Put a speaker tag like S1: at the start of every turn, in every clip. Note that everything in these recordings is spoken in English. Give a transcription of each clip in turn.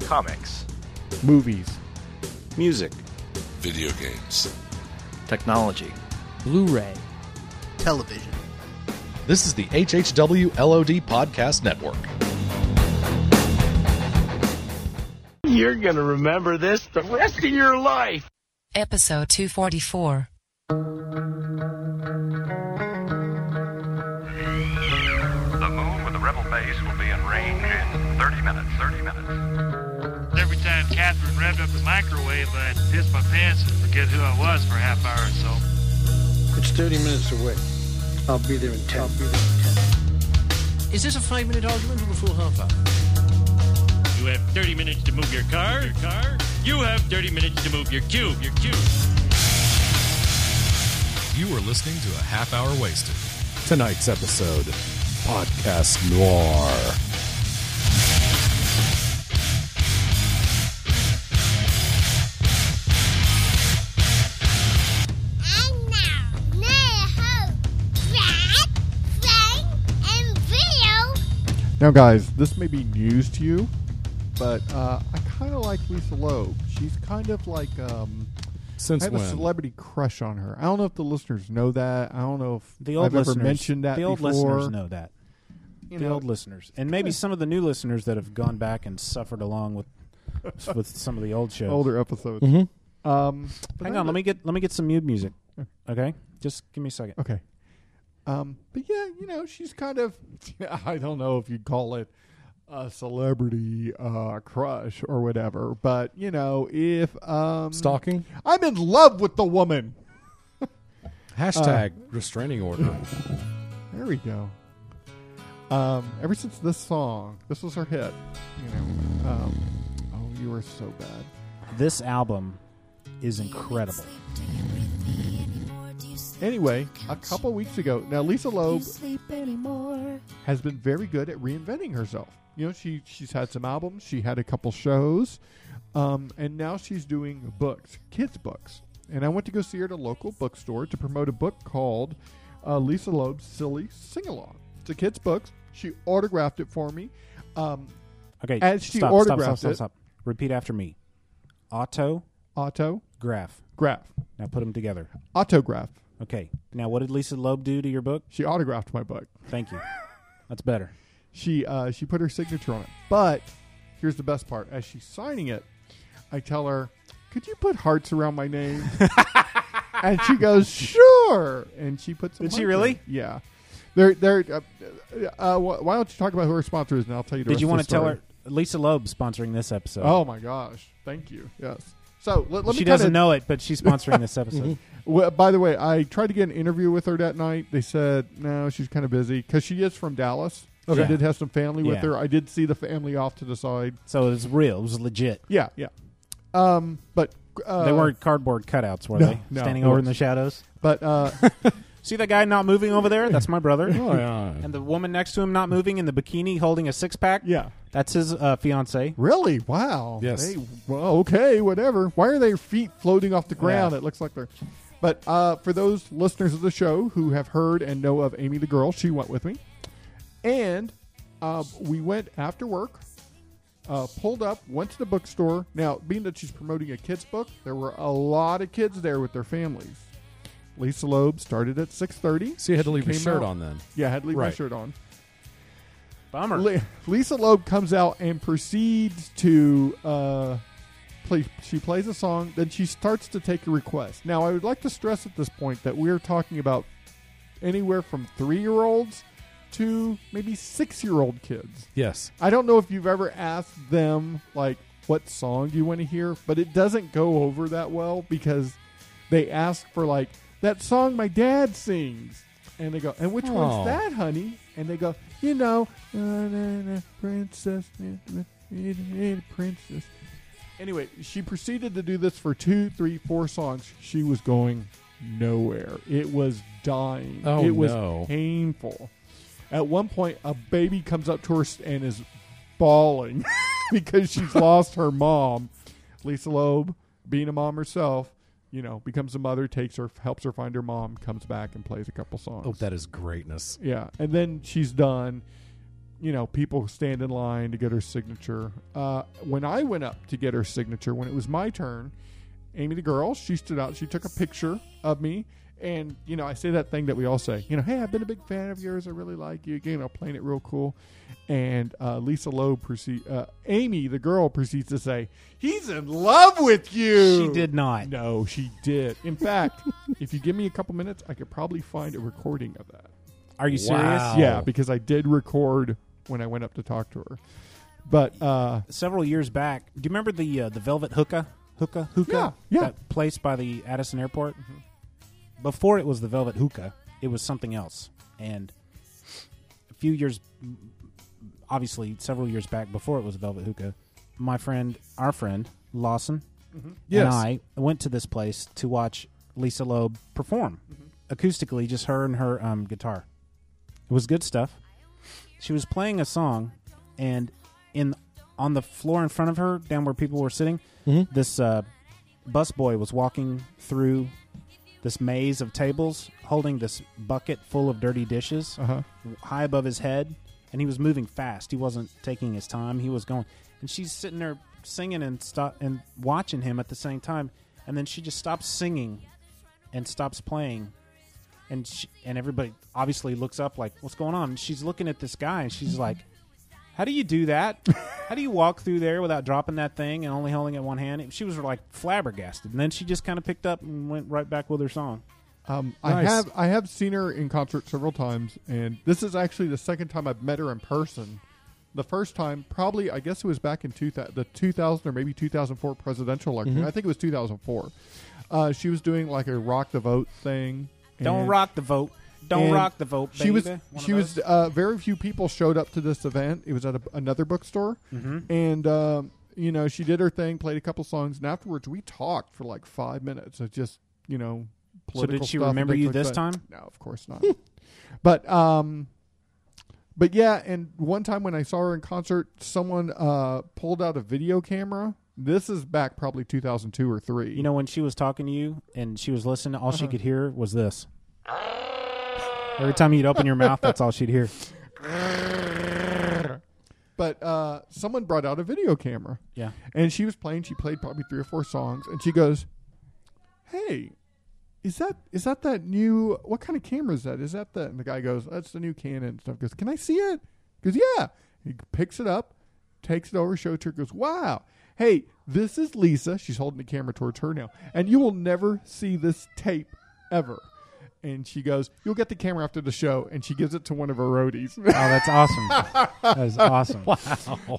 S1: comics,
S2: movies,
S3: music,
S4: video games.
S5: technology.
S6: Blu ray,
S7: television.
S8: This is the HHW LOD Podcast Network.
S9: You're going to remember this the rest of your life.
S10: Episode 244.
S11: The moon with the rebel base will be in range in 30 minutes. 30 minutes.
S12: Every time Catherine revved up the microwave, I'd piss my pants and forget who I was for a half hour or so.
S13: It's 30 minutes away. I'll be there in 10. I'll be there
S14: Is this a five minute argument or a full half hour?
S12: You have 30 minutes to move your car. Your car. You have 30 minutes to move your cube. Your cube.
S8: You are listening to a half hour wasted. Tonight's episode, Podcast Noir.
S15: And now, Naya Ho, Brad, Frank, and Video.
S2: Now, guys, this may be news to you, but uh, I kind of like Lisa Loeb. She's kind of like um,
S16: Since
S2: I have
S16: when?
S2: a celebrity crush on her. I don't know if the listeners know that. I don't know if
S16: The old
S2: I've
S16: listeners
S2: ever mentioned that
S16: The old
S2: before.
S16: listeners know that.
S2: You
S16: the
S2: know,
S16: old listeners, and maybe some of the new listeners that have gone back and suffered along with with some of the old shows.
S2: Older episodes.
S16: Mhm.
S2: Um, but
S16: Hang
S2: I
S16: on,
S2: li-
S16: let me get let me get some mute music. Okay, just give me a second.
S2: Okay. Um, but yeah, you know, she's kind of, I don't know if you'd call it a celebrity uh, crush or whatever, but, you know, if. Um,
S16: Stalking?
S2: I'm in love with the woman.
S16: Hashtag
S8: restraining order.
S2: There we go. Um, ever since this song, this was her hit, you know. Um, oh, you were so bad.
S16: This album is incredible.
S2: Anyway, a couple weeks ago, now Lisa Loeb
S17: anymore.
S2: has been very good at reinventing herself. You know, she she's had some albums, she had a couple shows, um, and now she's doing books, kids books. And I went to go see her at a local bookstore to promote a book called uh, Lisa Loeb's Silly Sing Along. It's a kids' book. She autographed it for me. Um,
S16: Okay,
S2: as she
S16: stop, stop,
S2: autographed
S16: stop, stop,
S2: it,
S16: stop. Repeat after me. Auto
S2: auto
S16: graph.
S2: graph
S16: Now put them together.
S2: autograph.
S16: Okay. Now, what did Lisa Loeb do to your book?
S2: She autographed my book.
S16: Thank you. That's better.
S2: She uh, she put her signature on it. But here's the best part: as she's signing it, I tell her, "Could you put hearts around my name?" and she goes, "Sure." And she puts. a
S16: Did she
S2: heart
S16: really?
S2: there. Yeah. They're, they're, uh, uh, uh, why don't you talk about who her sponsor is, and I'll tell you. The
S16: Did you
S2: want to
S16: tell her Lisa Loeb sponsoring this episode?
S2: Oh my gosh! Thank you. Yes. So let, let me.
S16: she
S2: kinda-
S16: doesn't
S2: Mm-hmm.
S16: know it, but she's sponsoring this episode.
S2: Well, by the way, I tried to get an interview with her that night. They said no, she's kind of busy because she is from Dallas.
S16: Okay.
S2: She did have some family with
S16: Yeah.
S2: her. I did see the family off to the side.
S16: so it was real. It was legit.
S2: Yeah, yeah. Um, but uh,
S16: they weren't cardboard cutouts, were
S2: No,
S16: they?
S2: no.
S16: Standing over in the shadows.
S2: But uh,
S16: See that guy not moving over there? That's my brother.
S2: Mm-hmm.
S8: yeah.
S16: And the woman next to him not moving in the bikini holding a six pack?
S2: yeah,
S16: That's his uh, fiance.
S2: really, wow.
S8: Yes.
S2: They- well, okay, whatever. Why are their feet floating off the ground?
S16: Yeah.
S2: It looks like they're. But uh, for those listeners of the show who have heard and know of Amy the girl, she went with me, and uh, we went after work. Uh, pulled up, went to the bookstore. Now, being that she's promoting a kids' book, there were a lot of kids there with their families. Lisa Loeb started at six thirty.
S8: So you had to leave your
S2: came
S8: shirt
S2: out-
S8: on then.
S2: Yeah, I had to leave my
S8: Right.
S2: shirt on.
S16: Bummer.
S2: Le- Lisa Loeb comes out and proceeds to uh, play. She plays a song, then she starts to take a request. Now, I would like to stress at this point that we are talking about anywhere from three-year-olds to maybe six-year-old kids.
S8: Yes.
S2: I don't know if you've ever asked them like what song do you want to hear, but it doesn't go over that well because they ask for like that song my dad sings, and they go, "And which
S8: Oh.
S2: one's that, honey?" And they go, "You know, na, na, na, princess, na, na, na, na, na, princess." Anyway, she proceeded to do this for two, three, four songs. She was going nowhere. It was dying.
S8: Oh,
S2: it was
S8: no.
S2: painful. At one point, a baby comes up to her and is bawling because she's lost her mom. Lisa Loeb, being a mom herself, you know, becomes a mother, takes her, helps her find her mom, comes back and plays a couple songs.
S8: Oh, that is greatness.
S2: Yeah, and then she's done. you know, people stand in line to get her signature. Uh, when I went up to get her signature, when it was my turn, Amy the girl, she stood out. She took a picture of me. And, you know, I say that thing that we all say, you know, hey, I've been a big fan of yours. I really like you. You know, playing it real cool. And uh, Lisa Loeb proceed, uh, Amy, the girl, proceeds to say, he's in love with you.
S16: She did not.
S2: No, she did. In fact, if you give me a couple minutes, I could probably find a recording of that.
S16: Are you serious?
S2: Yeah, because I did record when I went up to talk to her. But uh,
S16: several years back, do you remember the uh, the Velvet Hookah Hookah Hookah?
S2: Yeah, Mm-hmm. yeah.
S16: That place by the Addison Airport. Before it was the Velvet Hookah, it was something else. And a few years, obviously, several years back, before it was Velvet Hookah, my friend, our friend Lawson,
S2: Mm-hmm. Yes.
S16: and I went to this place to watch Lisa Loeb perform
S2: Mm-hmm.
S16: acoustically, just her and her um, guitar. It was good stuff. She was playing a song, and in on the floor in front of her, down where people were sitting, this uh, busboy was walking through this maze of tables, holding this bucket full of dirty dishes
S2: Uh-huh.
S16: high above his head, and he was moving fast. He wasn't taking his time. He was going, and she's sitting there singing and stop and watching him at the same time, and then she just stops singing and stops playing. And she, and everybody obviously looks up like, "What's going on?" And she's looking at this guy, and she's like, "How do you do that? How do you walk through there without dropping that thing and only holding it one hand?" She was like flabbergasted, and then she just kind of picked up and went right back with her song.
S2: um, I
S16: Nice.
S2: have I have seen her in concert several times, and this is actually the second time I've met her in person. The first time, probably, I guess it was back in two thou- the 2000 or maybe 2004 presidential election.
S16: Mm-hmm.
S2: I think it was 2004. Uh, she was doing like a rock the vote thing.
S16: Don't
S2: and-
S16: rock the vote. Don't
S2: And
S16: rock the vote.
S2: She was
S16: baby. One
S2: she
S16: of
S2: was
S16: those.
S2: uh, very few people showed up to this event. It was at a, another bookstore,
S16: Mm-hmm.
S2: and um, you know she did her thing, played a couple songs, and afterwards we talked for like five minutes of just you know.
S16: So did
S2: political
S16: she
S2: stuff and
S16: remember
S2: things
S16: you
S2: like
S16: this
S2: that.
S16: time?
S2: No, of course not. but um, but yeah, and one time when I saw her in concert, someone uh pulled out a video camera. This is back probably 2002 or three.
S16: You know, when she was talking to you and she was listening, all she
S2: Uh-huh.
S16: could hear was this. Every time you'd open your mouth, that's all she'd hear.
S2: But uh, someone brought out a video camera.
S16: Yeah.
S2: And she was playing. She played probably three or four songs, and she goes, "Hey, is that is that that new? What kind of camera is that? Is that the?" And the guy goes, "That's the new Canon and stuff." Goes, "Can I see it?" Goes, "Yeah." He picks it up, takes it over, shows it to her. Goes, "Wow, hey, this is Lisa. She's holding the camera towards her now, and you will never see this tape ever." And she goes, "You'll get the camera after the show," and she gives it to one of her roadies.
S16: Oh, that's awesome. that is awesome.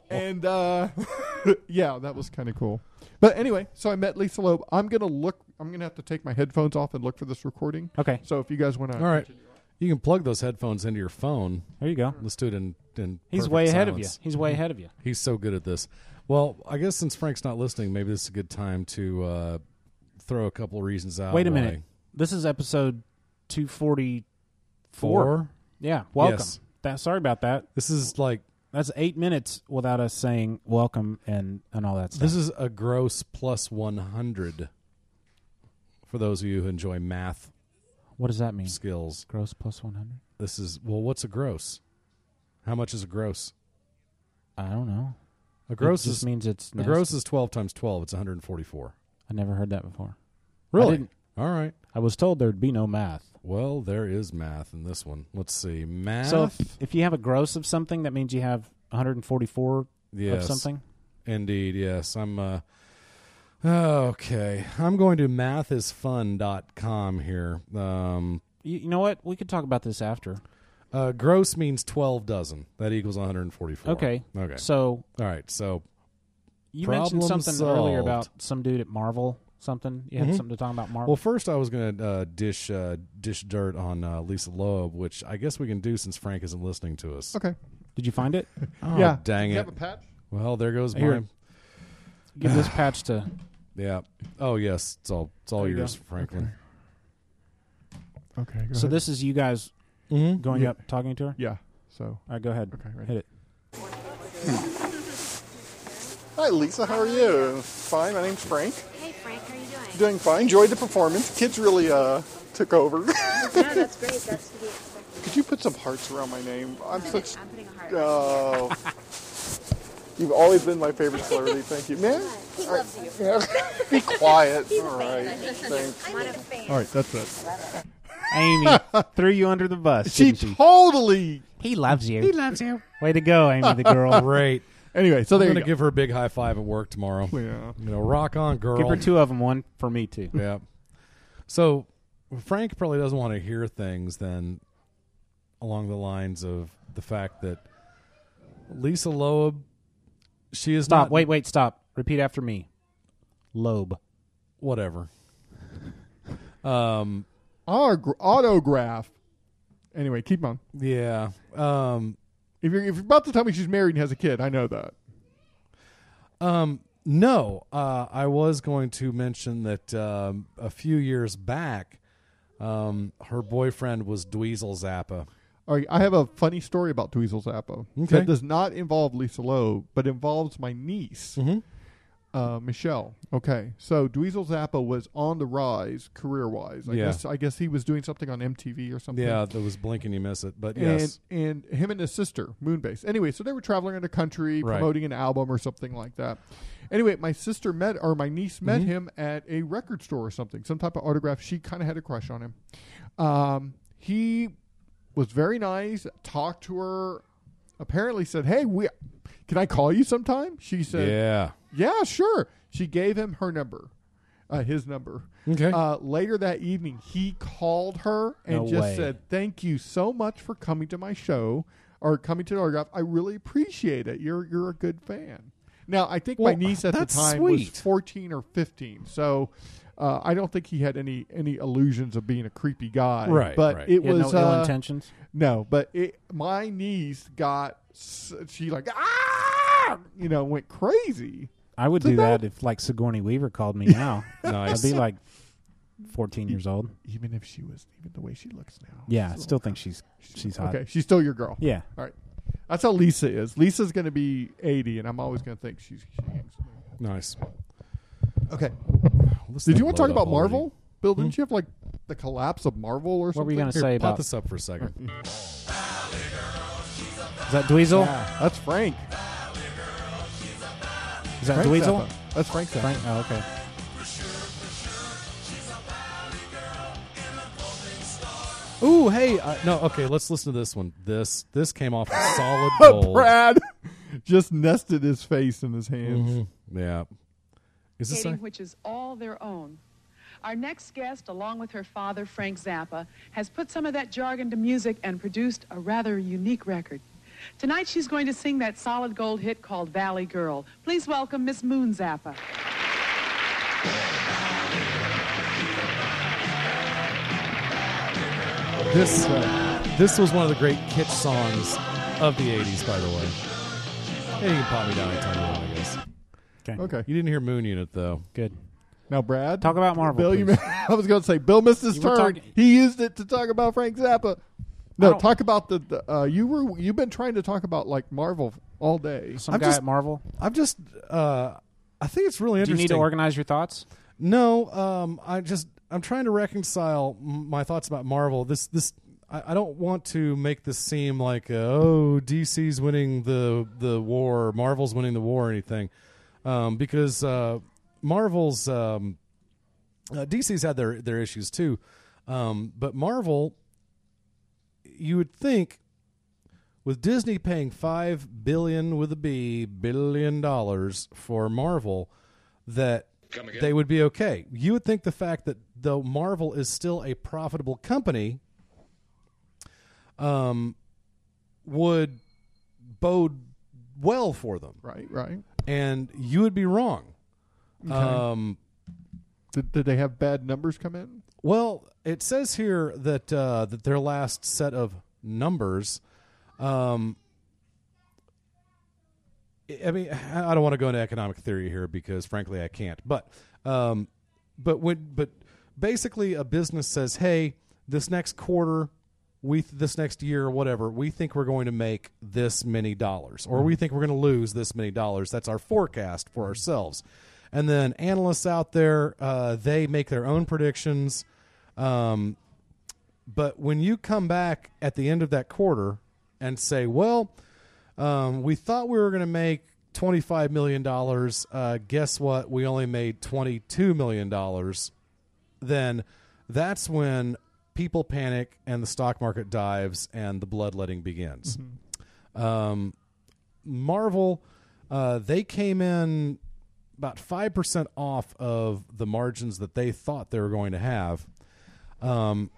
S2: and uh, yeah, that was kind of cool. But anyway, so I met Lisa Loeb. I'm gonna look. I'm gonna have to take my headphones off and look for this recording.
S16: Okay.
S2: So if you guys want to,
S8: All right. You can plug those headphones into your phone.
S16: There you go.
S8: Let's do it in. in
S16: He's
S8: perfect
S16: way ahead of you.
S8: silence.
S16: He's
S2: Mm-hmm.
S16: way ahead of you.
S8: He's so good at this. Well, I guess since Frank's not listening, maybe this is a good time to uh, throw a couple of reasons out.
S16: Wait a
S8: why-
S16: minute. This is episode 244.
S8: Four.
S16: Yeah. Welcome.
S8: Yes.
S16: That, sorry about that.
S8: This is like
S16: That's eight minutes without us saying welcome and, and all that stuff.
S8: this is a gross plus one hundred for those of you who enjoy math
S16: what does that mean?
S8: skills.
S16: Gross plus 100?
S8: This is well, what's a gross? How much is a gross?
S16: I don't know.
S8: A gross
S16: it just
S8: is
S16: means it's
S8: a
S16: nasty.
S8: gross is twelve times twelve. It's one hundred and forty-four.
S16: I never heard that before. I
S8: Really?
S16: didn't-
S8: All right.
S16: I was told there'd be no math.
S8: Well, there is math in this one. Let's see. Math.
S16: So if, if you have a gross of something, that means you have 144
S8: Yes.
S16: of something.
S8: Indeed, yes. I'm uh okay. I'm going to mathisfun.com here. Um
S16: You, you know what? We could talk about this after.
S8: uh gross means 12 dozen. That equals 144.
S16: Okay.
S8: Okay.
S16: So
S8: All right. So,
S16: you mentioned
S8: Problem
S16: something earlier
S8: solved.
S16: about some dude at Marvel. Something you had
S8: Mhm.
S16: something to talk about Marvel.
S8: well, first I was going to uh, dish uh, dish dirt on uh, Lisa Loeb, which I guess we can do since Frank isn't listening to us.
S2: okay,
S16: Did you find it?
S8: Oh,
S2: yeah.
S8: Dang
S2: you
S8: it.
S2: Have a patch.
S8: Well, there goes
S16: Here.
S8: mine.
S16: Give this patch to.
S8: Yeah. Oh, yes. It's all it's all
S16: There you
S8: yours,
S16: go.
S8: Franklin.
S2: Okay. Go
S8: Mm-hmm.
S16: So
S2: ahead.
S16: this is you guys
S8: Mhm.
S16: going
S2: Yeah.
S16: up talking to her.
S2: Yeah. So.
S16: All right, go ahead.
S2: Okay, ready.
S16: Hit it.
S2: Hi, Lisa. How are you? Fine. My name's Frank.
S15: Hey, Frank, how are you doing?
S2: Doing fine. Enjoyed the performance. Kids really uh took over.
S15: no, that's great. That's to be expected.
S1: Could you put some hearts around my name? I'm
S3: Put it-
S1: such.
S3: I'm putting a
S1: Oh.
S3: heart.
S1: You've always been my favorite celebrity. Thank you, man.
S3: He loves you.
S1: Yeah. Be quiet.
S3: He's a
S1: All
S3: fan,
S1: right.
S3: I think.
S1: Thanks.
S3: I'm a fan.
S2: All right, that's it.
S16: Amy threw you under the bus. She, she
S2: totally.
S16: He loves you.
S2: He loves you.
S16: Way to go, Amy the girl.
S8: Great.
S2: Anyway, so
S8: I'm
S2: there you
S8: gonna
S2: go.
S8: give her a big high five at work tomorrow.
S2: Yeah.
S8: You know, rock on, girl.
S16: Give her two of them, one for me too.
S8: Yeah. So Frank probably doesn't want to hear things then along the lines of the fact that Lisa Loeb, she is
S16: Stop.
S8: not
S16: Wait, wait, stop. Repeat after me. Lobe.
S8: whatever. Um,
S2: Autog- autograph. Anyway, keep on.
S8: Yeah. Um,
S2: if you're if you're about to tell me she's married and has a kid, I know that.
S8: Um, no, uh, I was going to mention that um, a few years back, um, her boyfriend was Dweezil Zappa.
S2: All right, I have a funny story about Dweezil Zappo
S8: Okay.
S2: that does not involve Lisa Loeb, but involves my niece,
S8: Mm-hmm.
S2: uh, Michelle. Okay, so Dweezil Zappo was on the rise career-wise. I
S8: Yeah.
S2: guess I guess he was doing something on MTV or something.
S8: Yeah, that was blink and you miss it, but yes,
S2: And, and him and his sister, Moonbase. Anyway, so they were traveling around the country
S8: Right.
S2: promoting an album or something like that. Anyway, my sister met, or my niece met
S8: Mhm.
S2: him at a record store or something, some type of autograph. She kind of had a crush on him. Um, he was very nice, talked to her, apparently said, Hey, we can I call you sometime? She said,
S8: Yeah.
S2: Yeah, sure. She gave him her number. Uh, his number.
S8: Okay.
S2: Uh, later that evening, he called her and
S8: No
S2: just
S8: way.
S2: said, "Thank you so much for coming to my show or coming to the autograph. I really appreciate it. You're you're a good fan." Now, I think
S8: Well,
S2: my niece at the
S8: that's
S2: time
S8: sweet.
S2: was 14 or 15, so uh, I don't think he had any any illusions of being a creepy guy.
S8: Right,
S2: but
S8: right.
S2: it
S16: He had no
S2: was
S16: ill
S2: uh,
S16: intentions?
S2: No, but it, my niece got s- she like ah, you know, went crazy.
S16: I would
S2: So
S16: do that, if like Sigourney Weaver called me now.
S2: Nice.
S16: I'd be like fourteen years old.
S2: Even if she was, even the way she looks now.
S16: Yeah, I still think she's she's hot.
S2: Okay, she's still your girl.
S16: Yeah.
S2: All right. That's how Lisa is. Lisa's going to be 80, and I'm always going to think she's. She hangs.
S8: nice.
S2: Okay.
S8: this
S2: Did
S8: thing
S2: you want to talk
S8: blowed up
S2: about Marvel?
S8: already.
S2: Bill, didn't you have like the collapse of Marvel or something?
S16: Hmm? were we gonna
S2: Here,
S16: say
S2: pop
S16: about-
S2: this
S8: this up for a second?
S16: Is that Dweezil?
S2: Yeah, that's Frank.
S16: Is that
S2: Frank
S16: Dweezil?
S2: Zappa. That's Frank Zappa.
S16: Frank. Oh, okay.
S8: Ooh, hey, uh, no, okay, let's listen to this one. This this came off of solid gold.
S2: Oh, Brad just nested his face in his hands.
S16: Mm-hmm.
S8: Mhm. Yeah. Is this
S5: skating,
S8: a,
S5: which is all their own. Our next guest, along with her father, Frank Zappa, has put some of that jargon to music and produced a rather unique record. Tonight, she's going to sing that solid gold hit called Valley Girl. Please welcome Miss Moon Zappa.
S8: this uh, this was one of the great kitsch songs of the '80s, by the way. Hey, you can pop me down anytime you want, I guess.
S16: Okay.
S2: Okay.
S8: You didn't hear Moon Unit though.
S16: Good.
S2: Now, Brad.
S16: Talk about Marvel.
S2: Bill, you,
S16: please.
S2: I was going to say, Bill missed his
S16: You were
S2: turn.
S16: talking-
S2: he used it to talk about Frank Zappa.
S16: I
S2: No,
S16: don't-
S2: talk about the, the uh, you were you've been trying to talk about like Marvel all day.
S16: Some guy at Marvel.
S8: I'm just. Uh, I think it's really
S16: Do you
S8: interesting.
S16: need to organize your thoughts?
S8: No, um, I just I'm trying to reconcile m- my thoughts about Marvel. This this I, I don't want to make this seem like uh, oh DC's winning the the war, Marvel's winning the war, or anything, um, because uh, Marvel's um, uh, DC's had their their issues too, um, but Marvel, you would think. With Disney paying five billion with a B billion dollars for Marvel, that they would be okay. You would think the fact that though Marvel is still a profitable company, um, would bode well for them,
S2: Right, right.
S8: and you would be wrong.
S2: Okay.
S8: Um,
S2: Did, did they have bad numbers come in?
S8: Well, it says here that uh, that their last set of numbers. Um, I- I mean, I I don't want to go into economic theory here because, frankly, I can't. But, um, but when, but basically, a business says, "Hey, this next quarter, we th- this next year, or whatever, we think we're going to make this many dollars, or we think we're going to lose this many dollars." That's our forecast for ourselves. And then analysts out there, uh, they make their own predictions. Um, But when you come back at the end of that quarter and say, well, um, we thought we were going to make $25 million. Uh, guess what? We only made $22 million. Then that's when people panic and the stock market dives and the bloodletting begins.
S2: Mm-hmm.
S8: Um, Marvel, uh, they came in about 5% off of the margins that they thought they were going to have. Um,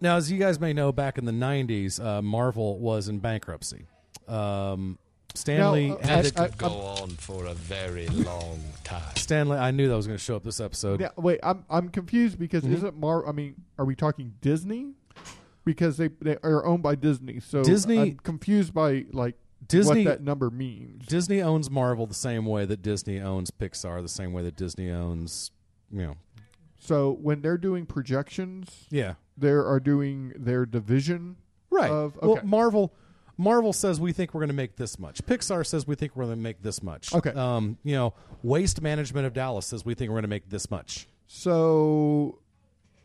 S8: now, as you guys may know, back in the 90s, uh, Marvel was in bankruptcy. Um, Stanley
S2: uh
S8: had
S3: and it
S8: to-
S3: could go on for a very long time.
S8: Stanley, I knew that was going to show up this episode.
S2: Yeah, wait, I'm I'm confused because
S8: Mhm.
S2: isn't Mar? I mean, are we talking Disney? Because they they are owned by Disney, so
S8: Disney-
S2: I'm confused by like
S8: Disney-
S2: what that number means.
S8: Disney owns Marvel the same way that Disney owns Pixar, the same way that Disney owns, you know,
S2: So when they're doing projections,
S8: Yeah.
S2: they are doing their division,
S8: Right.
S2: Of okay,
S8: Well, Marvel Marvel says we think we're going to make this much. Pixar says we think we're going to make this much.
S2: Okay.
S8: Um, you know, Waste Management of Dallas says we think we're going to make this much.
S2: so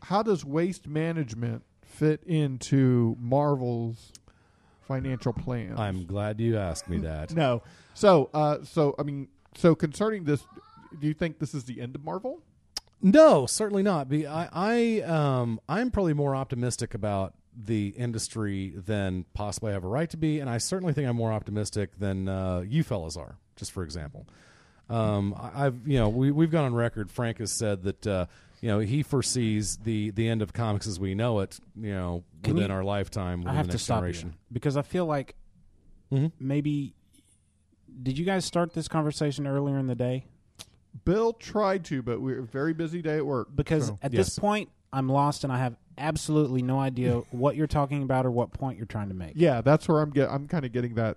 S2: how does waste management fit into Marvel's financial plan?
S8: I'm glad you asked me that.
S2: No. So, uh, so I mean, so concerning this, do you think this is the end of Marvel?
S8: No, certainly not. Be I, I um I'm probably more optimistic about the industry than possibly I have a right to be, and I certainly think I'm more optimistic than uh, you fellas are. Just for example, um, I, I've you know we we've gone on record. Frank has said that uh, you know he foresees the the end of comics as we know it. You know
S16: Can
S8: within
S16: you-
S8: our lifetime, within
S16: I have
S8: the
S16: to
S8: next
S16: stop
S8: generation. Mm-hmm.
S16: you because I feel like maybe did you guys start this conversation earlier in the day?
S2: Bill tried to, but we're a very busy day at work.
S16: Because
S2: so-
S16: at this point, I'm lost and I have absolutely no idea what you're talking about or what point you're trying to make.
S2: yeah, that's where I'm get. I'm kind of getting that.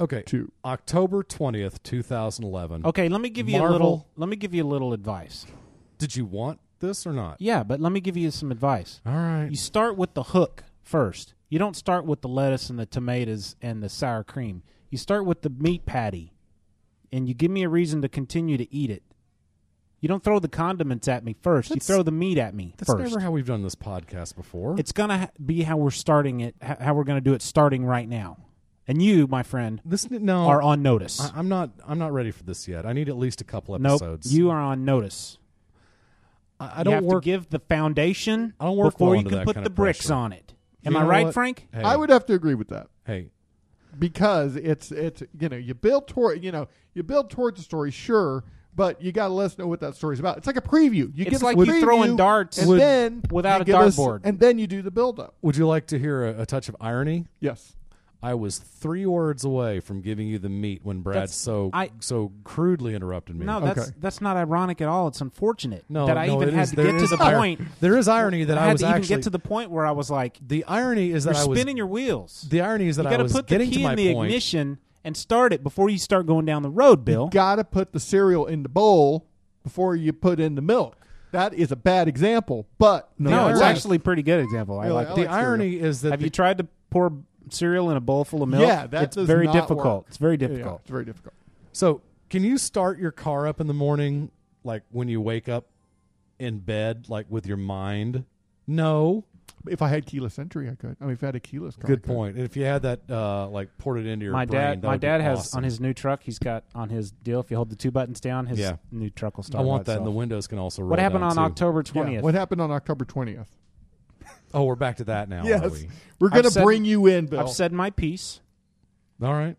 S8: Okay. October twentieth, two thousand eleven.
S16: Okay, let me give you a little. Let me give you a little advice.
S8: Did you want this or not?
S16: Yeah, but let me give you some advice.
S8: All right.
S16: You start with the hook first. You don't start with the lettuce and the tomatoes and the sour cream. You start with the meat patty, and you give me a reason to continue to eat it. You don't throw the condiments at me first.
S8: That's-
S16: you throw the meat at me
S8: That's
S16: first.
S8: never how we've done this podcast before.
S16: It's gonna ha- be how we're starting it. h- How we're gonna do it starting right now. And you, my friend,
S8: this no
S16: are on notice.
S8: Oh, I, am not. I'm not ready for this yet. I need at least a couple
S16: nope,
S8: episodes.
S16: you are on notice.
S8: I, I don't
S16: you have
S8: work.
S16: To give the foundation.
S8: I don't work
S16: before
S8: well
S16: you
S8: under
S16: can
S8: that
S16: put
S8: kind
S16: the
S8: of
S16: bricks
S8: pressure.
S16: on it.
S8: You
S16: Am I
S8: know
S16: right,
S8: what?
S16: Frank?
S8: Hey.
S2: I would have to agree with that
S8: Hey,
S2: because it's it's you know you build toward you know you build towards the story, sure, but you got to let us know what that story's about. It's like a preview. You
S16: It's
S2: give us
S16: like
S2: a
S16: you
S2: preview,
S16: throwing darts
S2: and
S16: with-
S2: then
S16: without
S2: you
S16: a
S2: give us-
S16: dartboard.
S2: and then you do the build up.
S8: would you like to hear a, a touch of irony?
S2: Yes.
S8: I was three words away from giving you the meat when Brad
S16: That's-
S8: so
S16: I-
S8: so crudely interrupted me.
S16: No, that's that's not ironic at all. It's unfortunate
S8: No,
S16: that I
S8: no,
S16: even
S8: it
S16: had
S8: is-
S16: to
S8: there
S16: get to
S8: is
S16: the
S8: ir-
S16: point.
S8: There is irony that
S16: I
S8: I,
S16: had
S8: was
S16: to even
S8: actually
S16: get to the point where I was like,
S8: the irony is that
S16: "You're
S8: I was
S16: spinning your wheels."
S8: The irony is that
S16: you
S8: I
S16: gotta
S8: was
S16: put
S8: getting
S16: the
S8: to
S16: key
S8: my
S16: in the
S8: point.
S16: ignition and start it before you start going down the road, Bill.
S2: got to put the cereal in the bowl before you put in the milk. That is a bad example, but
S16: No, it's
S2: nonetheless-
S16: actually a pretty good example. I
S2: Really?
S16: like
S2: I
S16: it.
S2: like The cereal. irony
S8: is that
S16: have
S8: the-
S16: you tried to pour cereal in a bowl full of milk?
S2: Yeah, that
S16: it's
S2: does
S16: very
S2: not
S16: difficult.
S2: work.
S16: It's very
S2: Yeah,
S16: difficult.
S2: it's very difficult.
S8: So, can you start your car up in the morning, like when you wake up in bed, like with your mind? No.
S2: If I had keyless entry, I could. I mean, if I had a keyless car,
S8: Good
S2: I could.
S8: point. And if you had that, uh, like ported into your
S16: my
S8: brain,
S16: dad,
S8: that
S16: my
S8: would be
S16: dad has
S8: awesome.
S16: on his new truck. He's got on his deal. If you hold the two buttons down, his
S8: Yeah.
S16: new truck will
S8: I
S16: start.
S8: want
S16: by
S8: that, and the
S16: itself.
S8: windows can also.
S16: What
S8: roll
S16: happened
S8: down,
S16: on
S8: too.
S16: October
S2: Yeah,
S16: twentieth?
S2: What happened on October twentieth?
S8: Oh, we're back to that now.
S2: Yes.
S8: are we?
S2: We're
S16: I've
S2: going to
S16: said-
S2: bring you in, Bill.
S16: I've said my piece.
S8: All right.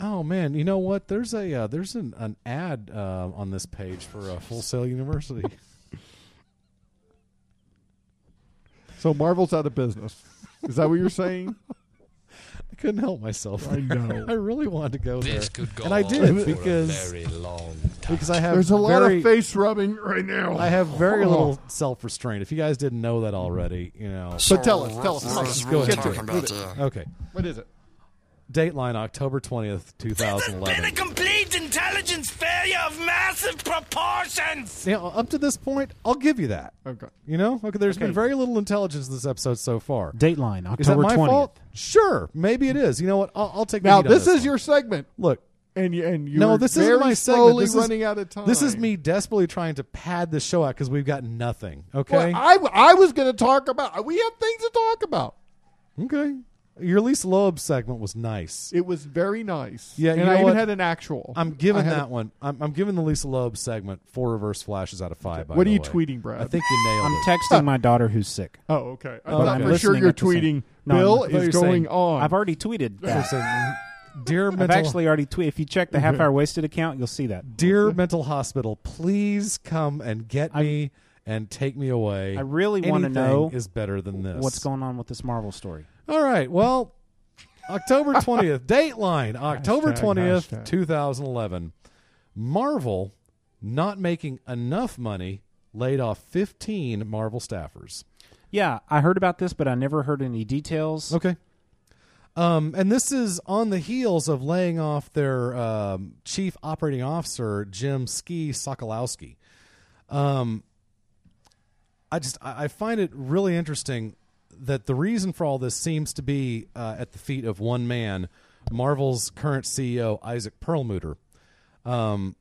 S8: Oh man, you know what? There's a uh, there's an, an ad uh, on this page for uh, Full Sail University.
S2: so Marvel's out of business. Is that what you're saying?
S8: I couldn't help myself.
S2: I know.
S8: I really wanted to go
S3: This
S8: there,
S3: could go
S8: and I
S3: on
S8: did
S3: for a
S8: because
S3: very long time.
S8: because I have
S2: There's a lot
S8: very-
S2: of face rubbing right now.
S8: I have very
S2: Oh.
S8: little self restraint. If you guys didn't know that already, you know.
S2: So tell us, tell us, tell us.
S8: Let's go
S2: Get
S8: into
S2: to
S8: it.
S2: it. Move it.
S8: Okay.
S2: What is it?
S8: Dateline, October twentieth, two thousand eleven.
S9: complete intelligence failure of massive proportions.
S8: You know, up to this point, I'll give you that.
S2: Okay.
S8: You know, okay. There's
S16: Okay.
S8: been very little intelligence in this episode so far.
S16: Dateline,
S8: Is that
S16: October
S8: my
S16: twentieth.
S8: fault? Sure, maybe it is. You know what? I'll, I'll take. the
S2: Now
S8: heat on
S2: this is
S8: one.
S2: your segment.
S8: look.
S2: and you and you
S8: no,
S2: were
S8: this
S2: very
S8: isn't my segment.
S2: slowly
S8: This is-
S2: running out of time.
S8: This is me desperately trying to pad the show out because we've got nothing. Okay,
S2: Well, I I was going to talk about. We have things to talk about.
S8: okay. Your Elise Loeb segment was nice.
S2: It was very nice.
S8: Yeah,
S2: and
S8: you know
S2: I even
S8: what?
S2: had an actual.
S8: I'm giving
S2: I had
S8: that
S2: a-
S8: one. I'm, I'm giving the Lisa Loeb segment four reverse flashes out of five. By
S2: What are
S8: the
S2: you
S8: way.
S2: tweeting, Brad?
S8: I think you nailed
S16: I'm
S8: it.
S16: texting my daughter who's sick.
S2: Oh, okay. I
S8: Oh,
S2: thought for
S8: okay.
S2: sure
S16: Listening
S2: you're
S16: at the same-
S2: tweeting.
S16: No, I'm
S2: Bill
S16: not. I thought
S2: is
S16: you were
S2: going
S16: saying-
S2: on.
S16: I've already tweeted that.
S8: Listen, "Mm, dear
S16: I've
S8: mental,
S16: actually already tweeted. If you check the
S8: Mm-hmm.
S16: half hour wasted account, you'll see that.
S8: dear mental hospital, please come and get me and take me away.
S16: I really wanna
S8: Anything
S16: know
S8: is better than this.
S16: What's going on with this Marvel story?
S8: All right. Well, October 20th, Dateline, October
S2: Hashtag,
S8: 20th,
S2: hashtag.
S8: 2011. Marvel not making enough money laid off 15 Marvel staffers.
S16: Yeah, I heard about this, but I never heard any details.
S8: Okay. Um, and this is on the heels of laying off their um, chief operating officer, Jim Ski Sokolowski. Um, I just I I find it really interesting that the reason for all this seems to be uh, at the feet of one man, Marvel's current CEO Isaac Perlmutter, um,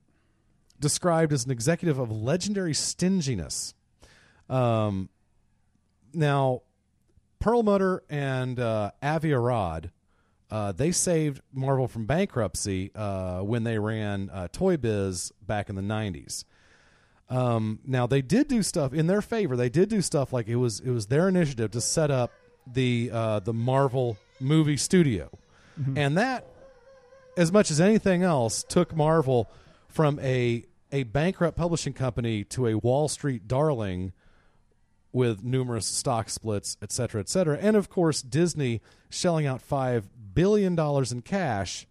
S8: described as an executive of legendary stinginess. Um, now, Perlmutter and uh, Avi Arad, uh, they saved Marvel from bankruptcy uh, when they ran uh, Toy Biz back in the '90s. Um, now they did do stuff in their favor. They did do stuff like it was it was their initiative to set up the uh, the Marvel movie studio, and that, as much as anything else, took Marvel from a a bankrupt publishing company to a Wall Street darling with numerous stock splits, et cetera, et cetera. And of course, Disney shelling out five billion dollars in cash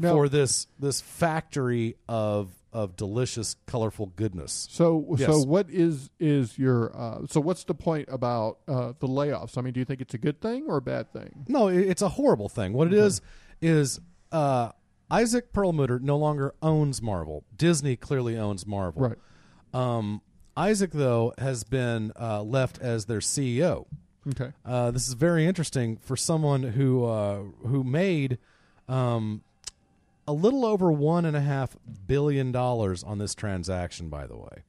S2: Now-
S8: for this this factory of of delicious, colorful goodness.
S2: So so
S8: Yes.
S2: what is is your uh, so what's the point about uh, the layoffs? I mean, do you think it's a good thing or a bad thing?
S8: No, i- it's a horrible thing. What it is is uh, Isaac Perlmutter no longer owns Marvel. Disney clearly owns Marvel.
S2: Right.
S8: Um, Isaac though has been uh, left as their E CEO.
S2: Okay.
S8: Uh, this is very interesting for someone who uh, who made um, a little over one and a half billion dollars on this transaction. By the way,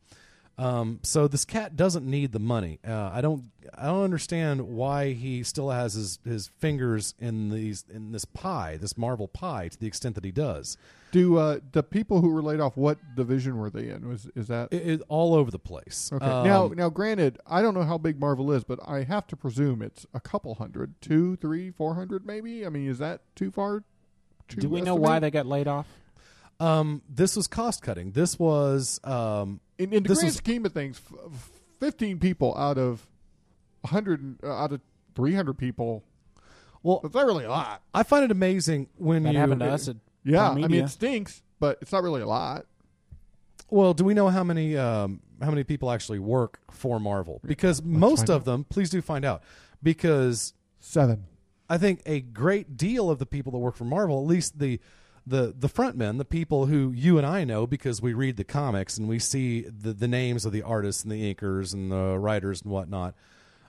S8: um, so this cat doesn't need the money. Uh, I don't I don't understand why he still has his, his fingers in these in this pie, this Marvel pie, to the extent that he does.
S2: Do uh, the people who were laid off what division were they in? Was is that
S8: It, it- all over the place.
S2: Okay.
S8: Um,
S2: now, now, granted, I don't know how big Marvel is, but I have to presume it's a couple hundred, two, three, four hundred, maybe. I mean, is that too far? To
S16: Do we know
S2: estimate?
S16: why they got laid off?
S8: um, this was cost cutting. This was um,
S2: In, in the
S8: this
S2: grand
S8: was-
S2: scheme of things, f- f- fifteen people out of hundred, uh, out of three hundred people.
S8: Well-
S2: that's not really a lot.
S8: I find it amazing when
S16: That
S8: you
S16: happened to us at
S2: Yeah,
S16: Paul
S2: I mean,
S16: Media.
S2: it stinks, but it's not really a lot.
S8: Well, do we know how many um, how many people actually work for Marvel? Because most
S2: find
S8: of them, please do find out. Because
S2: Seven.
S8: I think a great deal of the people that work for Marvel, at least the the the front men, the people who you and I know because we read the comics and we see the the names of the artists and the inkers and the writers and whatnot.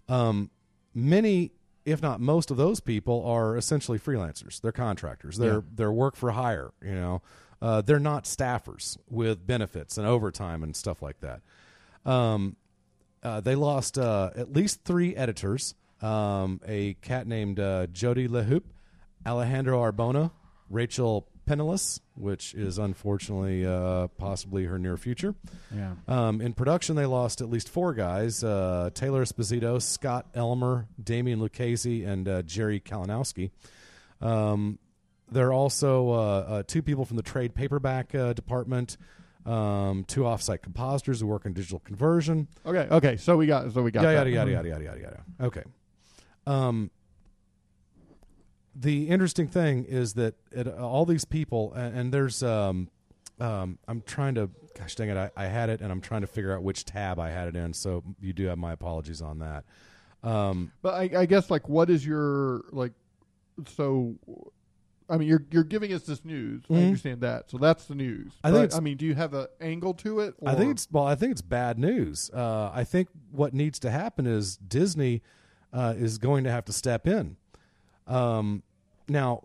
S8: Um, many, if not most, of those people are essentially freelancers. They're contractors. They're they're work for hire. You know, uh, they're not staffers with benefits and overtime and stuff like that. Um, uh, they lost uh, at least three editors. Um, a cat named uh, Jody LeHoop, Alejandro Arbona, Rachel Penelas, which is unfortunately uh, possibly her near future.
S16: Yeah.
S8: Um, in production, they lost at least four guys: uh, Taylor Esposito, Scott Elmer, Damian Lucchese, and uh, Jerry Kalinowski. Um, there are also uh, uh, two people from the trade paperback uh, department, um, two offsite compositors who work in digital conversion.
S2: Okay, okay. So we got, so we got.
S8: Yada
S2: that. Mm-hmm.
S8: yada yada yada yada yada yada. Okay. Um, the interesting thing is that it, uh, all these people, and, and there's, um, um, I'm trying to, gosh dang it, I, I had it, and I'm trying to figure out which tab I had it in. So you do have my apologies on that. Um,
S2: But I, I guess like what is your like so I mean you're you're giving us this news. I
S8: Mhm.
S2: understand that. So that's the news.
S8: I think
S2: But,
S8: it's-
S2: I mean, do you have an angle to it?
S8: I think
S2: or-
S8: it's well. I think it's bad news. Uh, I think what needs to happen is Disney uh, is going to have to step in. Um, now,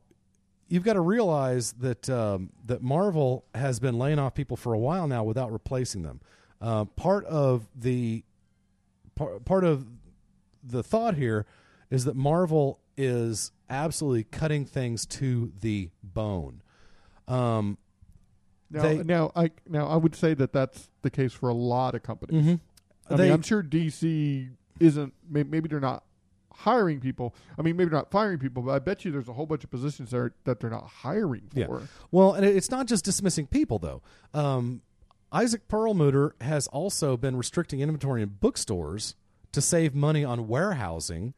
S8: you've got to realize that um, that Marvel has been laying off people for a while now without replacing them. Uh, part of the par- part of the thought here is that Marvel is absolutely cutting things to the bone. Um,
S2: Now,
S8: they-
S2: now, I now I would say that that's the case for a lot of companies.
S8: Mhm.
S2: I
S8: They-
S2: mean, I'm sure DC isn't. may- Maybe they're not hiring people. I mean, maybe they're not firing people, but I bet you there's a whole bunch of positions there that they're not hiring for.
S8: Well, and it- it's not just dismissing people though. Um, Isaac Perlmutter has also been restricting inventory in bookstores to save money on warehousing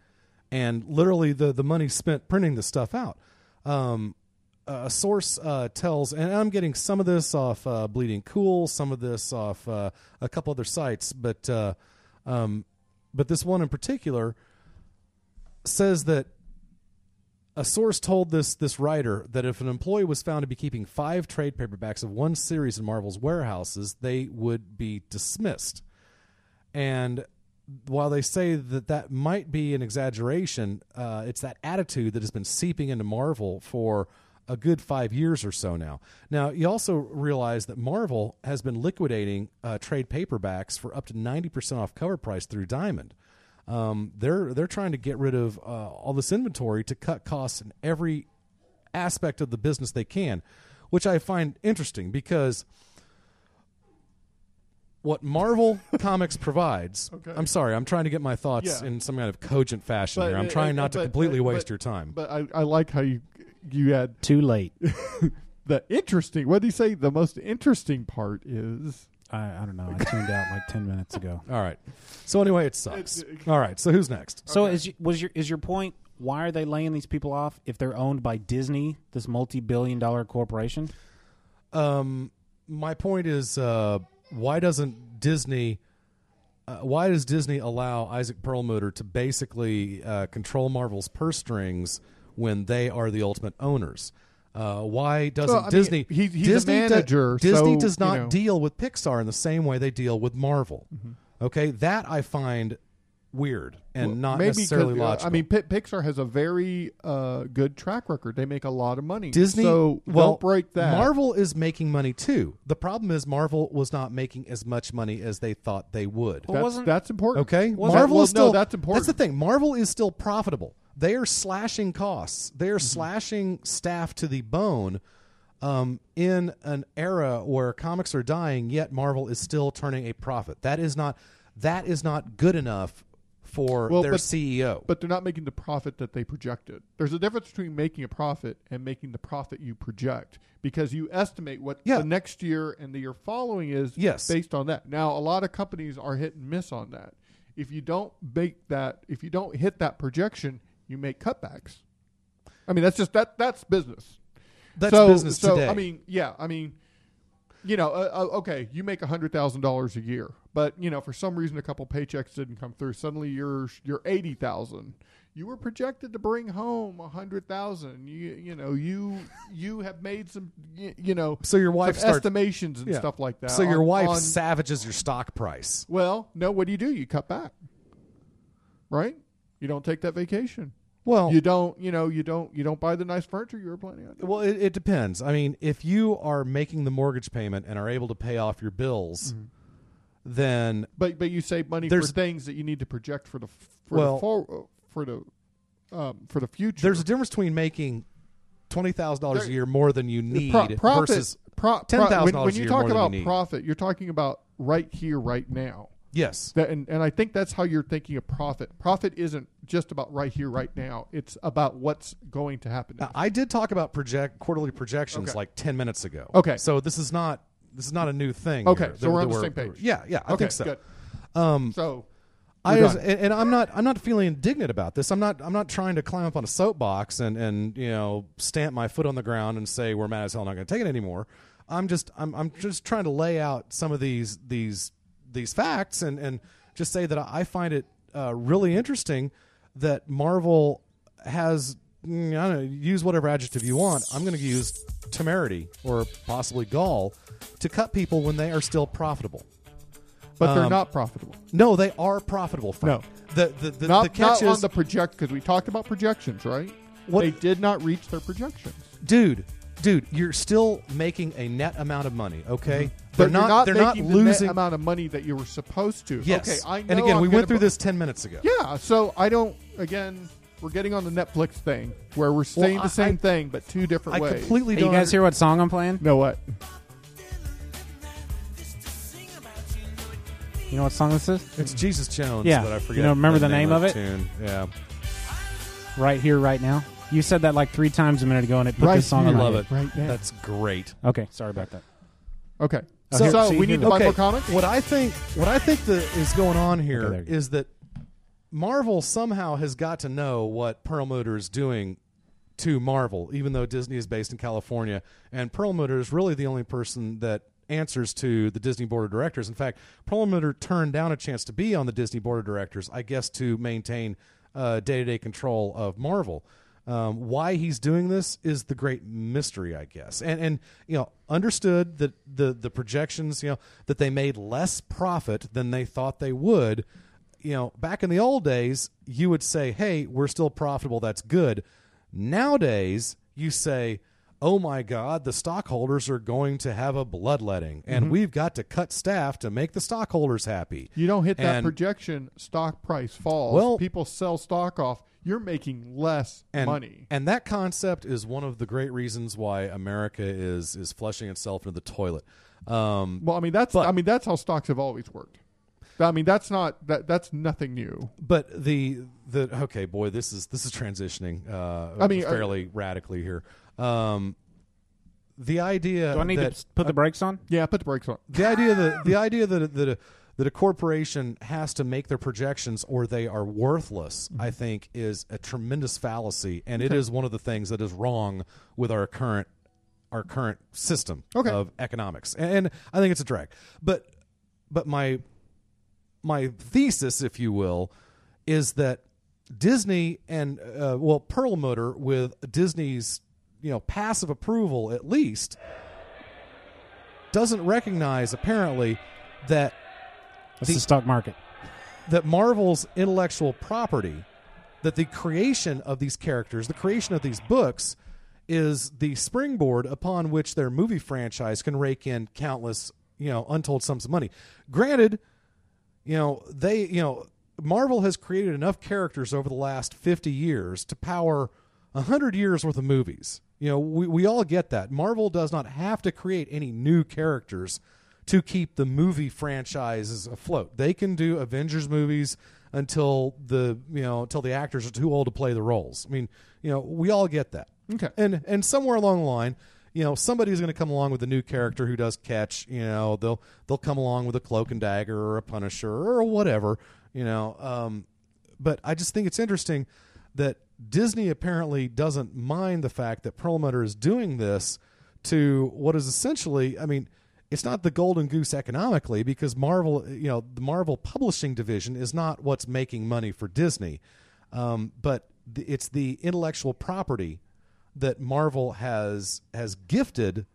S8: and literally the the money spent printing the stuff out. Um, a source uh, tells, and I'm getting some of this off uh, Bleeding Cool, some of this off uh, a couple other sites, but uh, um, but this one in particular says that a source told this this writer that if an employee was found to be keeping five trade paperbacks of one series in Marvel's warehouses, they would be dismissed. And while they say that that might be an exaggeration, uh, it's that attitude that has been seeping into Marvel for a good five years or so now. Now, you also realize that Marvel has been liquidating uh, trade paperbacks for up to 90% off cover price through Diamond. Um, they're they're trying to get rid of uh, all this inventory to cut costs in every aspect of the business they can, which I find interesting because what Marvel Comics provides.
S2: Okay.
S8: I'm sorry, I'm trying to get my thoughts
S2: Yeah.
S8: in some kind of cogent fashion
S2: But-
S8: here. I'm
S2: uh,
S8: trying
S2: uh,
S8: not to
S2: but-
S8: completely
S2: uh,
S8: waste
S2: but-
S8: your time.
S2: But I, I like how you you add
S16: too late.
S2: the interesting. What do you say? The most interesting part is
S16: I, I don't know. I tuned out like ten minutes ago.
S8: All right. So anyway, it sucks. All right. So who's next?
S16: So is you- was your is your point? Why are they laying these people off if they're owned by Disney, this multi-billion-dollar corporation?
S8: um, my point is, uh, why doesn't Disney? Uh, why does Disney allow Isaac Perlmutter to basically uh, control Marvel's purse strings when they are the ultimate owners? Uh, why doesn't
S2: Well, I mean,
S8: Disney?
S2: he- he's a
S8: Disney do-
S2: manager,
S8: Disney
S2: so,
S8: does
S2: you
S8: not
S2: know.
S8: deal with Pixar in the same way they deal with Marvel. Okay, that I find weird and
S2: Mm-hmm. Well,
S8: not
S2: maybe 'cause,
S8: necessarily
S2: uh,
S8: logical.
S2: I mean, Pi Pixar has a very uh, good track record. They make a lot of money.
S8: Disney.
S2: so
S8: well,
S2: don't break that.
S8: Marvel is making money too. The problem is Marvel was not making as much money as they thought they would.
S2: that's, that's important.
S8: Okay,
S2: Wasn't-
S8: Marvel
S2: well,
S8: is still
S2: no, that's important.
S8: That's the thing. Marvel is still profitable. They are slashing costs. They
S2: Mm-hmm.
S8: are slashing staff to the bone. Um, in an era where comics are dying, yet Marvel is still turning a profit. That is not that is not good enough for
S2: Well,
S8: their E
S2: but-
S8: CEO.
S2: But they're not making the profit that they projected. There's a difference between making a profit and making the profit you project because you estimate what
S8: Yeah.
S2: the next year and the year following is
S8: Yes.
S2: based on that. Now, a lot of companies are hit and miss on that. If you don't make that, if you don't hit that projection, you make cutbacks. I mean, that's just that that's business.
S8: That's
S2: so,
S8: business
S2: so,
S8: today.
S2: I mean, yeah, I mean, you know, uh, uh, okay, you make hundred thousand dollars a year, but you know, for some reason, a couple paychecks didn't come through. Suddenly, you're you're eighty thousand. You were projected to bring home a hundred thousand. You you know you you have made some y- you know
S8: so your wife
S2: some
S8: starts-
S2: estimations and
S8: Yeah.
S2: stuff like that.
S8: So your
S2: on-
S8: wife
S2: on-
S8: savages your stock price.
S2: well, no, what do you do? You cut back, right? You don't take that vacation.
S8: Well,
S2: you don't you know you don't you don't buy the nice furniture you were planning on.
S8: Well, it, it depends. I mean, if you are making the mortgage payment and are able to pay off your bills,
S2: Mm-hmm.
S8: then
S2: But but you save money
S8: There's-
S2: for things that you need to project for the f- for
S8: Well-
S2: the for, for the um, for the future.
S8: there's a difference between making twenty thousand dollars a
S2: There-
S8: year more than you
S2: The
S8: need
S2: pro- profit,
S8: versus
S2: pro- pro-
S8: ten thousand
S2: when-
S8: dollars
S2: When
S8: a
S2: you
S8: year
S2: talk
S8: more
S2: about
S8: than you need.
S2: profit, you're talking about right here, right now.
S8: yes,
S2: That, and, and I think that's how you're thinking of profit. Profit isn't just about right here, right now. It's about what's going to happen.
S8: Now, I did talk about project quarterly projections
S2: Okay.
S8: like ten minutes ago.
S2: Okay.
S8: so this is not this is not a new thing.
S2: Okay,
S8: here
S2: so
S8: that-
S2: we're
S8: that
S2: on the same page.
S8: Yeah, yeah, I
S2: Okay,
S8: think so.
S2: good.
S8: Um,
S2: so
S8: I
S2: we're
S8: just,
S2: done.
S8: and, and I'm not I'm not feeling indignant about this. I'm not I'm not trying to climb up on a soapbox and and you know stamp my foot on the ground and say we're mad as hell not going to take it anymore. I'm just I'm I'm just trying to lay out some of these these these facts and and just say that I find it uh, really interesting that Marvel has mm, I don't know, use whatever adjective you want. I'm going to use temerity or possibly gall to cut people when they are still profitable.
S2: but they're
S8: Um,
S2: not profitable.
S8: No, they are profitable. Frank. No, the the the,
S2: not,
S8: the catch
S2: not on
S8: is
S2: the project because we talked about projections, right?
S8: What-
S2: They did not reach their projections.
S8: dude, dude, you're still making a net amount of money. Okay,
S2: But
S8: they're
S2: you're
S8: Mm-hmm. not, they're not
S2: making the net
S8: losing.
S2: amount of money that you were supposed to.
S8: Yes.
S2: Okay, I know
S8: and again,
S2: I'm
S8: we
S2: gonna
S8: went through
S2: bu-
S8: this ten minutes ago.
S2: Yeah, so I don't. Again, we're getting on the Netflix thing where we're saying
S8: I-
S2: the same
S8: I-
S2: thing but two different
S8: I
S2: ways.
S8: completely
S16: Hey, you guys hear what song I'm playing?
S2: No, what?
S16: You know what song this is?
S8: It's Jesus Jones,
S16: Yeah.
S8: but I forget.
S16: You know, remember the, name, of
S8: the
S16: it?
S8: Tune. Yeah,
S16: Right here, right now. You said that like three times a minute ago, and it put
S2: Right
S16: this song.
S2: here,
S16: on
S8: I
S16: my
S8: love
S16: head.
S8: it.
S2: Right now.
S8: That's great.
S16: Okay, sorry about that.
S2: Okay,
S16: Oh,
S2: so,
S16: here-
S2: so
S16: see,
S2: we
S16: here
S2: need to
S16: we
S2: buy
S16: go.
S2: more comics.
S8: What I think, what I think that is going on here is
S16: Okay, there you go.
S8: that Marvel somehow has got to know what Perlmutter is doing to Marvel, even though Disney is based in California, and Perlmutter is really the only person that answers to the Disney board of directors. In fact, Perlmutter turned down a chance to be on the Disney board of directors, I guess, to maintain uh, day-to-day control of Marvel. Um, why he's doing this is the great mystery, I guess. And and you know, understood that the the projections, you know, that they made less profit than they thought they would. You know, back in the old days, you would say, "Hey, we're still profitable. That's good." Nowadays, you say, "Oh my God, the stockholders are going to have a bloodletting, and we've got to cut staff to make the stockholders happy."
S2: Mm-hmm. You don't hit that
S8: And-
S2: projection, stock price falls.
S8: Well-
S2: people sell stock off. You're making less
S8: and,
S2: money.
S8: And that concept is one of the great reasons why America is is flushing itself into the toilet. Um,
S2: Well, I mean that's I mean that's how stocks have always worked. I mean that's not that that's nothing new.
S8: but the the okay, boy, this is this is transitioning. Uh,
S2: I mean, I-
S8: fairly radically here. Um, the idea.
S16: Do I need
S8: that,
S16: to put the brakes on?
S2: Yeah, put the brakes on.
S8: the idea that the idea that that a, that a corporation has to make their projections or they are worthless, I think, is a tremendous fallacy, and it is one of the things that is wrong with our current our current system
S2: Okay.
S8: of economics, and, and I think it's a drag. But but my my thesis, if you will, is that Disney and uh, well Perlmutter with Disney's you know passive approval at least doesn't recognize apparently that
S16: That's
S8: The-
S16: the, stock market.
S8: that Marvel's intellectual property, that the creation of these characters, the creation of these books, is the springboard upon which their movie franchise can rake in countless, you know, untold sums of money. Granted, you know, they, you know, Marvel has created enough characters over the last 50 years to power 100 years worth of movies. You know, we, we all get that. Marvel does not have to create any new characters to keep the movie franchises afloat. They can do Avengers movies until the, you know, until the actors are too old to play the roles. I mean, you know, we all get that.
S2: Okay.
S8: And and somewhere along the line, you know, somebody's going to come along with a new character who does catch. You know, they'll they'll come along with a cloak and dagger or a Punisher or whatever. You know, um, but I just think it's interesting that Disney apparently doesn't mind the fact that Perlmutter is doing this to what is essentially, I mean. It's not the golden goose economically because Marvel, you know, the Marvel publishing division is not what's making money for Disney, um, but th- it's the intellectual property that Marvel has has gifted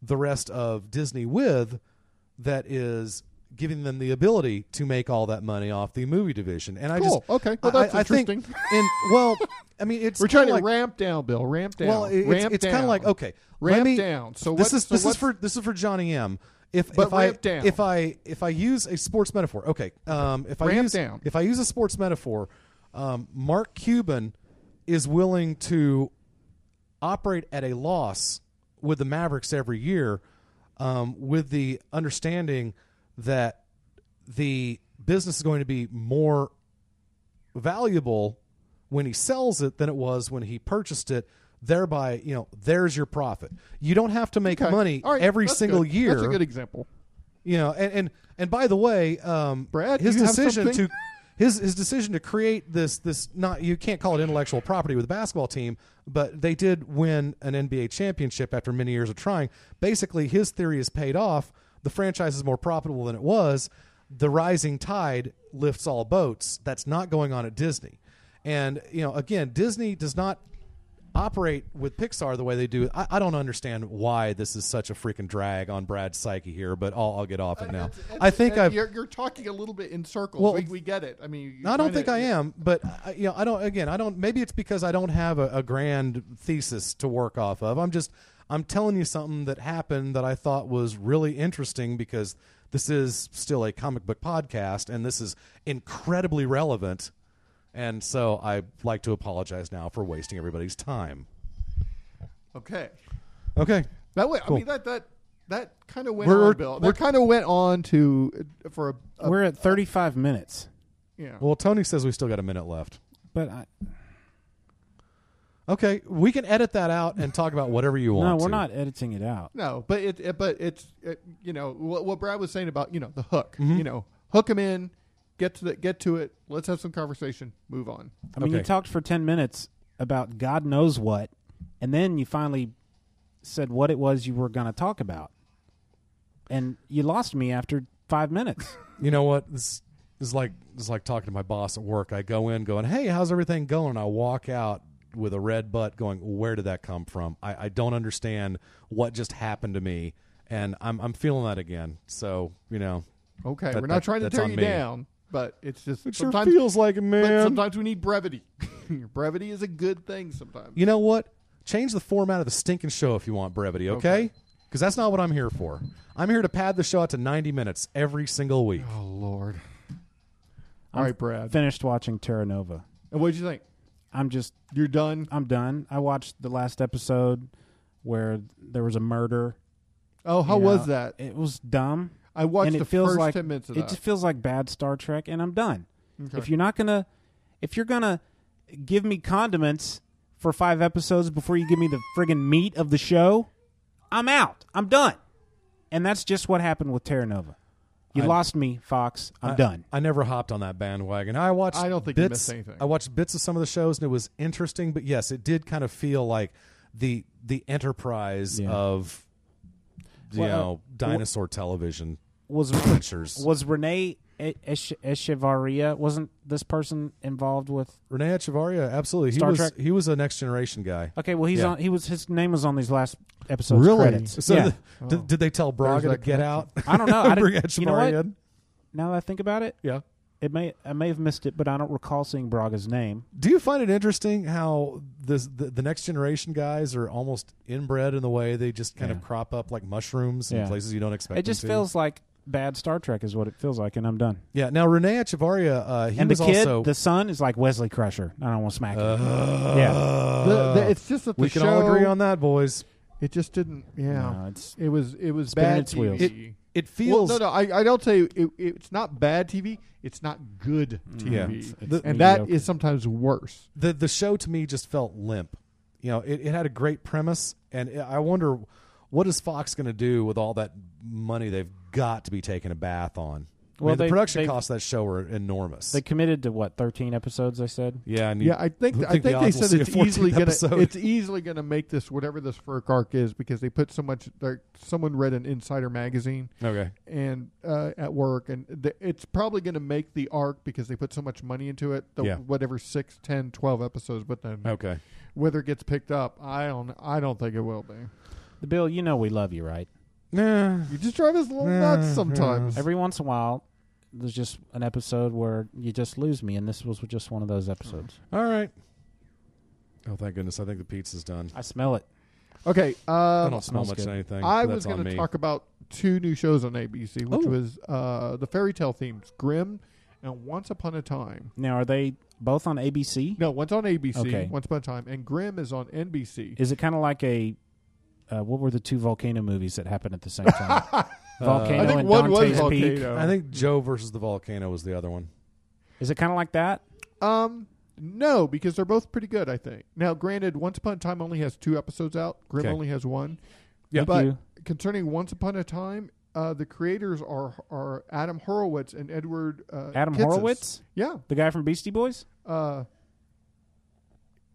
S8: the rest of Disney with that is giving them the ability to make all that money off the movie division. And I
S2: Cool.
S8: just
S2: Okay. Well,
S8: I-
S2: that's
S8: I- I think-
S2: interesting.
S8: and well, I mean, it's
S2: We're trying
S8: kinda
S2: to
S8: like,
S2: ramp down, Bill. Ramp down.
S8: Well, it-
S2: ramp
S8: it's, it's
S2: down.
S8: kind of like okay, let
S2: Ramp
S8: me-
S2: down. So
S8: this
S2: what-
S8: is
S2: so
S8: this is
S2: what's-
S8: for this is for Johnny M. If
S2: But
S8: if I
S2: ramp down.
S8: if I if I use a sports metaphor, okay, um, if I
S2: Ramp
S8: use
S2: down.
S8: if I use a sports metaphor, um, Mark Cuban is willing to operate at a loss with the Mavericks every year, um, with the understanding that the business is going to be more valuable when he sells it than it was when he purchased it. Thereby, you know, there's your profit. You don't have to make
S2: Okay.
S8: money
S2: All right,
S8: every
S2: that's
S8: single
S2: good.
S8: year.
S2: That's a good example.
S8: you know, and and, and by the way, um,
S2: Brad,
S8: his
S2: you have
S8: decision
S2: something?
S8: to his his decision to create this this not you can't call it intellectual property with a basketball team, but they did win an NBA championship after many years of trying. Basically, his theory has paid off. The franchise is more profitable than it was. The rising tide lifts all boats. That's not going on at Disney. And you know, again, Disney does not operate with Pixar the way they do. I, I don't understand why this is such a freaking drag on Brad's psyche here, but I'll, I'll get
S2: Uh,
S8: off it now. I think
S2: And
S8: I've.
S2: You're, you're talking a little bit in circles.
S8: Well,
S2: we, we get it. I mean, you're
S8: I don't
S2: trying
S8: think
S2: to-
S8: I am, but I, you know, I don't. Again, I don't. Maybe it's because I don't have a, a grand thesis to work off of. I'm just, I'm telling you something that happened that I thought was really interesting because this is still a comic book podcast and this is incredibly relevant. And so I like to apologize now for wasting everybody's time.
S2: Okay.
S8: Okay,
S2: That way,
S8: Cool.
S2: I mean that that that kind of went
S8: We're-
S2: on, Bill.
S8: we're-
S2: That kind of went on to uh, for a, a
S16: We're at 35 minutes.
S2: yeah.
S8: Well, Tony says we still got a minute left.
S16: But I,
S8: Okay, we can edit that out and talk about whatever you want.
S16: no, we're
S8: to.
S16: not editing it out.
S2: No, but it, it- but it's it, you know what, what Brad was saying about you know the hook.
S8: Mm-hmm.
S2: You know, hook him in, get to the get to it. Let's have some conversation. Move on.
S16: I mean, you
S8: Okay.
S16: talked for 10 minutes about God knows what, and then you finally said what it was you were going to talk about. And you lost me after five minutes.
S8: you know what this is like this is like talking to my boss at work i go in going hey how's everything going i walk out with a red butt going where did that come from i, I don't understand what just happened to me and I'm, I'm feeling that again so you know
S2: Okay,
S8: that-
S2: we're
S8: that-
S2: not trying to
S8: that's
S2: tear
S8: on
S2: you
S8: me.
S2: down, but it's just
S8: It sure
S2: sometimes
S8: feels like it,
S2: but
S8: man.
S2: sometimes we need brevity. brevity is a good thing sometimes.
S8: you know what change the format of the stinking show if you want brevity okay because that's not what i'm here for i'm here to pad the show out to 90 minutes every single week
S2: Oh Lord. All right, Brad.
S16: Finished watching Terra Nova.
S2: And what did you think?
S16: I'm just
S2: You're done.
S16: I'm done. I watched the last episode where there was a murder.
S2: Oh, how
S16: You
S2: was
S16: know,
S2: that?
S16: It was dumb.
S2: I watched
S16: and it
S2: the
S16: feels
S2: first
S16: like,
S2: 10 minutes of
S16: it
S2: that.
S16: just feels like bad Star Trek, and I'm done.
S2: Okay.
S16: If you're not gonna, if you're gonna give me condiments for five episodes before you give me the friggin' meat of the show, I'm out. I'm done. And that's just what happened with Terra Nova. You
S8: I-
S16: lost me, Fox. I'm
S8: I-
S16: done.
S8: I never hopped on that bandwagon. I watched.
S2: I don't think you
S8: bits,
S2: missed anything.
S8: I watched bits of some of the shows, and it was interesting. But yes, it did kind of feel like the the enterprise
S16: Yeah.
S8: of you
S16: Well, uh,
S8: know dinosaur television
S16: Was
S8: adventures.
S16: was Renee E- Eche- Echevarria? Wasn't this person involved with
S8: Renee Echevarria, absolutely. He
S16: Star
S8: was
S16: Trek?
S8: he was a next generation guy.
S16: Okay, well he's
S8: Yeah.
S16: on. He was his name was on these last episodes. Credits.
S8: So
S16: yeah. Oh.
S8: th- did, did they tell Braga to
S2: that
S8: get out?
S16: I don't know. I
S8: Bring
S16: didn't- you know
S8: Echevarria
S16: what?
S8: in?
S16: now that I think about it,
S8: Yeah.
S16: it may I may have missed it, but I don't recall seeing Braga's name.
S8: Do you find it interesting how this, the, the next generation guys are almost inbred in the way they just kind of
S16: Yeah.
S8: crop up like mushrooms in
S16: Yeah.
S8: places you don't expect?
S16: It just
S8: them to?
S16: feels like bad Star Trek is what it feels like, and I'm done.
S8: Yeah. Now Renee Echevarria, uh, he
S16: and the
S8: was
S16: kid,
S8: also. Uh,
S16: the son, is like Wesley Crusher. I don't want to smack him. yeah,
S2: The- the- it's just that the
S8: we can all agree
S2: show-
S8: on that, boys.
S2: It just didn't. Yeah,
S16: No, it's-
S2: it was it was
S16: spinning
S2: bad
S16: its wheels.
S2: TV.
S8: It- it feels-
S2: well, no, no. I, I'll tell you, it, it's not bad TV. It's not good TV,
S8: Yeah. It's- it's
S2: and that
S16: mediocre.
S2: is sometimes worse.
S8: The the show to me just felt limp. You know, it, it had a great premise, and I wonder what is Fox going to do with all that money they've got to be taking a bath on. I
S16: Well,
S8: mean, the
S16: they-
S8: production
S16: they-
S8: costs of that show were enormous.
S16: they committed to what 13 episodes? They said.
S8: yeah, and you
S2: Yeah, I think
S8: don't
S2: I think
S8: the
S2: they
S8: odds we'll
S2: said
S8: see a
S2: it's easily
S8: 14th
S2: gonna
S8: episode.
S2: it's easily gonna make this whatever this FERC arc is because they put so much. There, someone read an Insider magazine
S8: okay.
S2: and uh, at work, and th- it's probably gonna make the arc because they put so much money into it. The
S8: Yeah.
S2: whatever six, ten, twelve episodes, but then
S8: Okay.
S2: whether it gets picked up, I don't. I don't think it will be.
S16: Bill, you know we love you, right?
S8: Yeah.
S2: You just drive us a little nuts sometimes.
S16: Every once in a while, there's just an episode where you just lose me, and this was just one of those episodes.
S8: All right. Oh, thank goodness! I think the pizza's done.
S16: I smell it.
S2: Okay,
S8: I
S2: um,
S8: don't smell
S16: smells
S8: much
S16: good.
S8: of anything.
S2: I
S8: That's
S2: was
S8: on
S2: going to
S8: me.
S2: talk about two new shows on ABC, which
S8: Oh.
S2: was uh, the fairy tale themes, Grimm and Once Upon a Time.
S16: Now, are they both on ABC?
S2: No, one's on ABC,
S16: Okay.
S2: Once Upon a Time, and Grimm is on NBC.
S16: Is it kind of like a uh, what were the two volcano movies that happened at the same time? volcano
S2: Uh, I think
S16: and
S2: one was
S16: Dante's Peak.
S2: Volcano.
S8: I think Joe versus the volcano was the other one.
S16: Is it kind of like that?
S2: Um, no, because they're both pretty good. I think. Now, granted, Once Upon a Time only has two episodes out. Grimm
S8: Okay.
S2: only has one.
S8: Yeah.
S2: but
S16: you.
S2: concerning Once Upon a Time, uh, the creators are are Adam Horowitz and Edward uh,
S16: Adam
S2: Kitsis.
S16: Horowitz,
S2: Yeah,
S16: the guy from Beastie Boys.
S2: uh,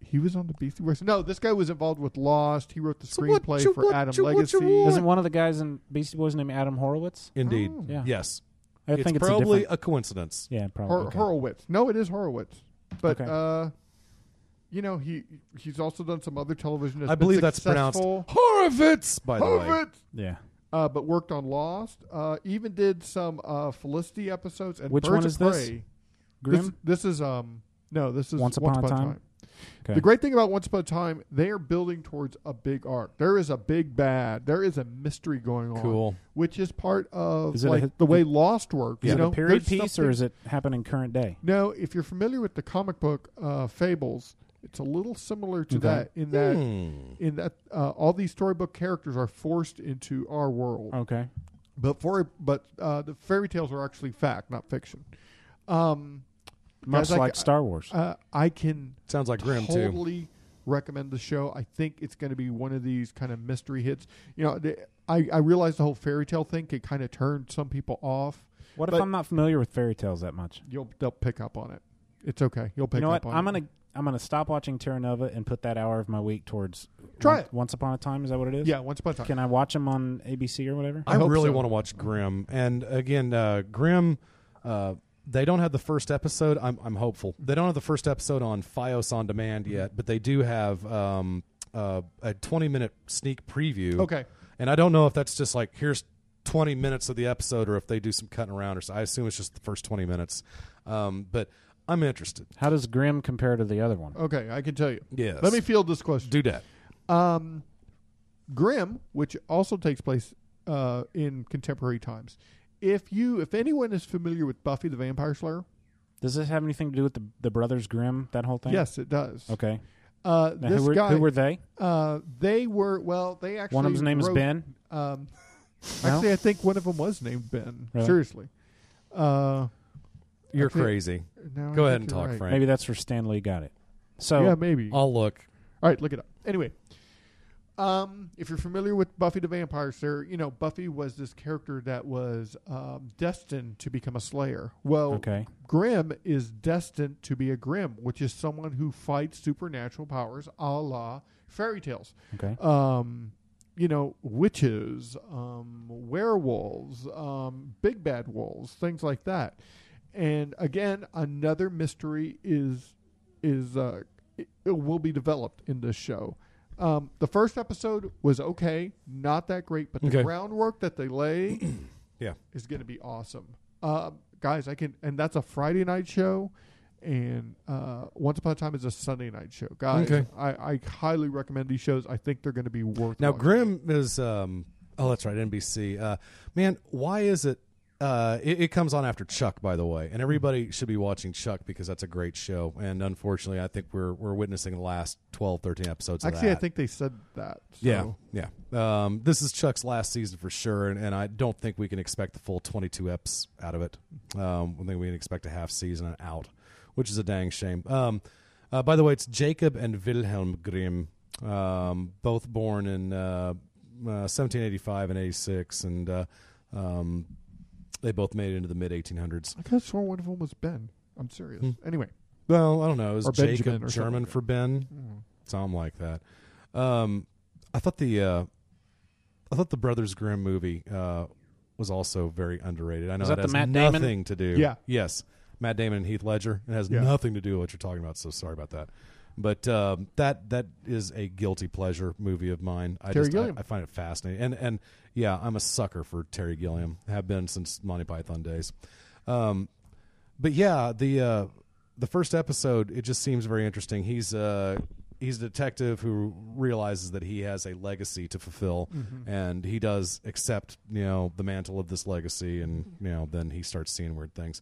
S2: he was on the Beastie Boys. No, this guy was involved with Lost. He wrote the
S8: So what
S2: screenplay
S8: you-
S2: for
S8: what
S2: Adam
S8: you- what you
S2: Legacy.
S8: want?
S16: Isn't one of the guys in Beastie Boys named Adam Horowitz?
S8: Indeed.
S2: Oh.
S16: Yeah.
S8: Yes.
S16: I
S8: it's
S16: think it's
S8: probably a,
S16: a different.
S8: coincidence.
S16: yeah, probably.
S2: uh, Hor-
S16: Oh, okay.
S2: Horowitz. No, it is Horowitz. But
S16: Okay.
S2: uh, You know, he he's also done some other television. that's
S8: I
S2: been
S8: believe that's pronounced
S2: successful.
S8: Horovitz, by the way.
S2: Horovitz!
S16: Yeah.
S2: Uh, but worked on Lost. Uh, even did some uh, Felicity episodes and
S16: Which
S2: Birds
S16: one
S2: of
S16: is this?
S2: Prey. This,
S16: Grimm?
S2: this is um no, this is
S16: Once Upon a Time? Okay.
S2: The great thing about Once Upon a Time, they are building towards a big arc. There is a big bad. There is a mystery going on.
S8: Cool.
S2: Which is part of
S16: Is it a
S2: like
S16: hi-
S2: the way Lost works.
S16: Is
S2: you
S16: it
S2: know,
S16: a period
S2: There's
S16: piece
S2: something-
S16: or is it happening current day?
S2: no, if you're familiar with the comic book uh, Fables, it's a little similar to
S16: Okay.
S2: that in that
S8: Hmm.
S2: in that uh, all these storybook characters are forced into our world.
S16: Okay.
S2: But for but uh, the fairy tales are actually fact, not fiction. Um,
S16: Much
S2: guys, I
S16: like
S2: ca-
S16: Star Wars.
S2: uh, I can
S8: Sounds like Grimm, too.
S2: totally recommend the show. I think it's going to be one of these kind of mystery hits. You know, the, I I realize the whole fairy tale thing could kind of turn some people off.
S16: What
S2: but
S16: if I'm not familiar with fairy tales that much?
S2: You'll they'll pick up on it. It's okay. You'll pick
S16: you know
S2: up
S16: what?
S2: on
S16: I'm
S2: it.
S16: gonna I'm gonna stop watching Terra Nova and put that hour of my week towards
S2: Try
S16: Once,
S2: it.
S16: Once Upon a Time. Is that what it is?
S2: Yeah, Once Upon a Time.
S16: Can I watch them on ABC or whatever?
S8: I, really want to watch Grimm. And again, uh, Grimm, uh, they don't have the first episode. I'm, I'm hopeful. They don't have the first episode on Fios on demand yet, but they do have um, uh, a 20 minute sneak preview.
S2: Okay.
S8: And I don't know if that's just like, here's 20 minutes of the episode or if they do some cutting around or so. I assume it's just the first 20 minutes. Um, but I'm interested.
S16: How does Grimm compare to the other one?
S2: Okay, I can tell you.
S8: Yes.
S2: Let me field this question.
S8: Do that.
S2: Um, Grimm, which also takes place uh, in contemporary times. If you, if anyone is familiar with Buffy the Vampire Slayer,
S16: Does this have anything to do with the the Brothers Grimm? That whole thing?
S2: yes, it does.
S16: Okay.
S2: Uh,
S16: Now,
S2: this
S16: who were,
S2: guy,
S16: who were they?
S2: Uh, they were well. They actually
S16: One of them's name is
S2: wrote-
S16: Ben?
S2: Um,
S16: No?
S2: actually, I think one of them was named Ben.
S16: Really?
S2: Seriously, uh,
S8: You're
S2: actually-
S8: crazy.
S2: no, I
S8: Go ahead
S2: think
S8: and
S2: you're
S8: talk,
S2: right.
S8: Frank.
S16: Maybe that's where Stanley got it. So
S2: yeah, maybe.
S8: I'll look.
S2: All right, look it up. Anyway, um, if you're familiar with Buffy the Vampire Slayer, you know Buffy was this character that was um, destined to become a Slayer. Well,
S16: Okay.
S2: Grimm is destined to be a Grimm, which is someone who fights supernatural powers, a la fairy tales.
S16: Okay.
S2: Um, you know, witches, um, werewolves, um, big bad wolves, things like that. And again, another mystery is is uh, it, it will be developed in this show. Um, the first episode was okay, not that great, but the
S8: Okay.
S2: groundwork that they lay
S8: Yeah.
S2: is going to be awesome. Uh, guys, I can, and that's a Friday night show, and uh, Once Upon a Time is a Sunday night show. Guys,
S8: Okay.
S2: I, I highly recommend these shows. I think they're going to be worth.
S8: Now
S2: watching.
S8: Grimm is um oh that's right NBC. Uh man, why is it uh it, it comes on after Chuck by the way. And everybody should be watching Chuck because that's a great show and unfortunately I think we're we're witnessing the last 12 13 episodes of
S2: actually, I
S8: that.
S2: think they said that. So.
S8: Yeah. Yeah. Um this is Chuck's last season for sure and, and I don't think we can expect the full 22 eps out of it. Um I think we can expect a half season out, which is a dang shame. Um uh, by the way, it's Jacob and Wilhelm Grimm, um, both born in uh, uh, 1785 and 86, and uh, um, they both made it into the mid 1800s.
S2: I could have sworn one of them was Ben. I'm serious.
S8: Hmm.
S2: Anyway,
S8: Well, I don't know. It was
S2: Or Benjamin
S8: Jacob
S2: or something
S8: German
S2: like
S8: for Ben? Something like that. Um, I thought the uh, I thought the Brothers Grimm movie uh, was also very underrated. I know
S16: Is
S8: it
S16: that the
S8: has
S16: Matt Damon?
S8: nothing to do.
S2: Yeah.
S8: Yes. Matt Damon and Heath Ledger. It has
S2: Yeah.
S8: nothing to do with what you're talking about. So sorry about that. But um, that that is a guilty pleasure movie of mine. I
S2: Terry
S8: just I,
S2: Gilliam.
S8: I find it fascinating. And and yeah, I'm a sucker for Terry Gilliam. Have been since Monty Python days. Um, but yeah, the uh, the first episode it just seems very interesting. He's uh he's a detective who realizes that he has a legacy to fulfill, and he does accept you know the mantle of this legacy, and you know then he starts seeing weird things.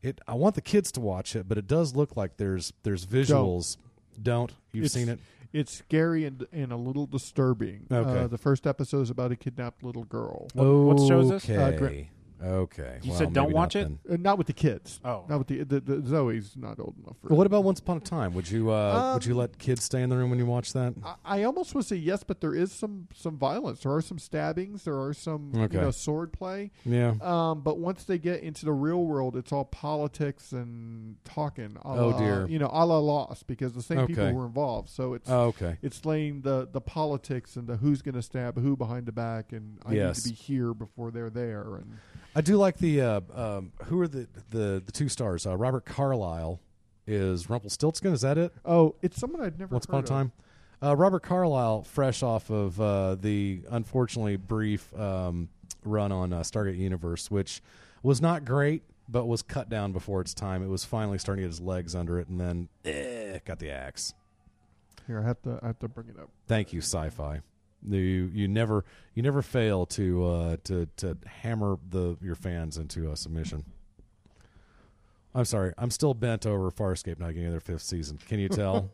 S8: It I want the kids to watch it, but it does look like there's there's visuals. Don't, you've
S2: It's-
S8: seen it?
S2: It's scary and and a little disturbing.
S8: Okay. Oh.
S2: Uh, the first episode is about a kidnapped little girl.
S16: what show is this?
S8: Okay,
S2: Uh, Grim.
S8: okay.
S16: You
S8: Well,
S16: said don't
S8: maybe not
S16: watch it?
S8: then.
S2: Uh, not with the kids.
S16: Oh.
S2: not with the, the, the Zoe's not old enough for.
S8: What about Once Upon a Time? Would you uh, would
S2: Um, uh,
S8: you let kids stay in the room when you watch that?
S2: I, I almost want to say yes, but there is some some violence. There are some stabbings. There are some
S8: Okay.
S2: you know sword play.
S8: Yeah.
S2: Um, but once they get into the real world, it's all politics and talking. a
S8: Oh,
S2: la-
S8: dear.
S2: You know, a la Lost, because the same people
S8: Okay.
S2: were involved. So it's
S8: Oh, okay.
S2: it's laying the the politics and the who's going to stab who behind the back, and I
S8: Yes.
S2: need to be here before they're there. And
S8: I do like the uh, um, who are the the the two stars? Uh, Robert Carlyle is Rumpelstiltskin. Is that it?
S2: Oh, it's someone I'd never
S8: Once
S2: heard
S8: upon
S2: of.
S8: a time. Uh, Robert Carlyle, fresh off of uh, the unfortunately brief um, run on uh, Stargate Universe, which was not great, but was cut down before its time. It was finally starting to get his legs under it, and then eh, got the axe.
S2: Here, I have to I have to bring it up.
S8: Thank you, sci-fi. You you never you never fail to uh, to to hammer the your fans into a submission. I'm sorry, I'm still bent over Farscape not getting their fifth season. Can you tell?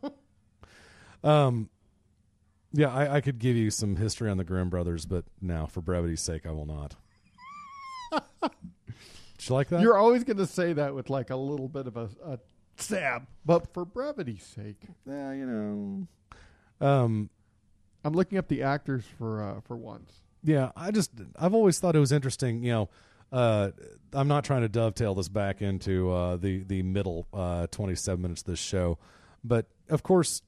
S8: um, yeah, I, I could give you some history on the Grimm brothers, but now for brevity's sake, I will not. Did you like that?
S2: You're always going to say that with like a little bit of a, a stab, but for brevity's sake.
S8: Yeah, you know. Um,
S2: I'm looking up the actors for uh, for once.
S8: Yeah, I just I've always thought it was interesting. You know, uh, I'm not trying to dovetail this back into uh, the the middle uh, 27 minutes of this show, but of course,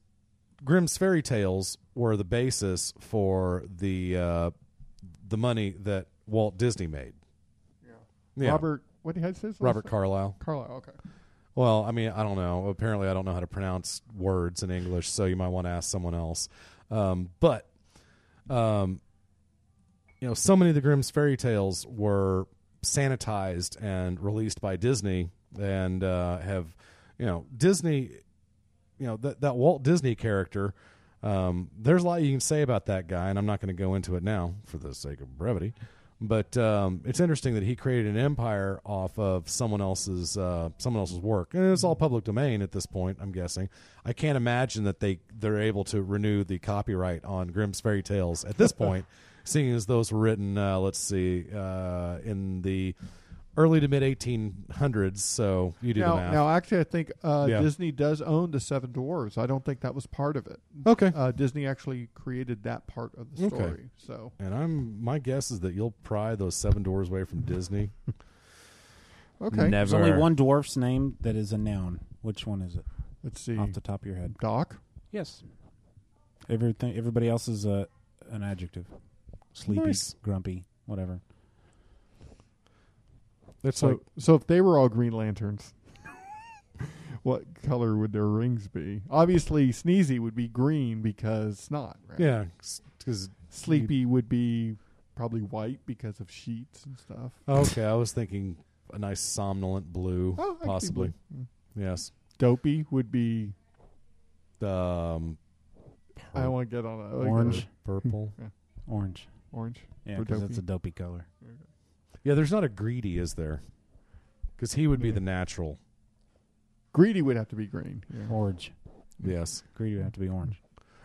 S8: Grimm's fairy tales were the basis for the uh, the money that Walt Disney made. Yeah.
S2: Robert, what did I say? his last
S8: Robert
S2: name?
S8: Carlyle.
S2: Carlyle. Okay.
S8: Well, I mean, I don't know. Apparently, I don't know how to pronounce words in English, so you might want to ask someone else. Um, but, um, you know, so many of the Grimm's fairy tales were sanitized and released by Disney, and uh, have, you know, Disney, you know, that that Walt Disney character. Um, there's a lot you can say about that guy, and I'm not going to go into it now for the sake of brevity. But um, it's interesting that he created an empire off of someone else's uh, someone else's work, and it's all public domain at this point. I'm guessing. I can't imagine that they they're able to renew the copyright on Grimm's fairy tales at this point, seeing as those were written. Uh, let's see, uh, in the early to mid 1800s. So you do
S2: now,
S8: the math.
S2: now, actually, I think uh,
S8: Yeah.
S2: Disney does own the Seven Dwarfs. I don't think that was part of it.
S8: Okay.
S2: Uh, Disney actually created that part of the story. So
S8: and I'm my guess is that you'll pry those seven doors away from Disney.
S2: okay,
S16: There's only one dwarf's name that is a noun. Which one is it?
S2: Let's see.
S16: Off the top of your head.
S2: Doc.
S16: Yes. Everything. Everybody else is a an adjective. Sleepy,
S8: Nice.
S16: grumpy, whatever.
S8: It's
S2: so
S8: like
S2: so if they were all Green Lanterns, what color would their rings be? Obviously, Sneezy would be green because snot. Right?
S8: yeah, because
S2: Sleepy would be probably white because of sheets and stuff.
S8: Okay, I was thinking a nice somnolent blue,
S2: Oh, I could be
S8: possibly.
S2: blue.
S8: Yes.
S2: Dopey would be.
S8: Um,
S2: I don't want to get on a like a-
S16: Orange.
S8: purple.
S2: Yeah.
S16: Orange.
S2: Orange.
S16: Yeah,
S2: Or
S16: because
S2: dopey.
S16: it's a dopey color.
S8: Yeah, there's not a greedy, is there? Because he would be the natural.
S2: Greedy would have to be green. Yeah.
S16: Orange.
S8: Yes.
S16: Greedy would have to be orange.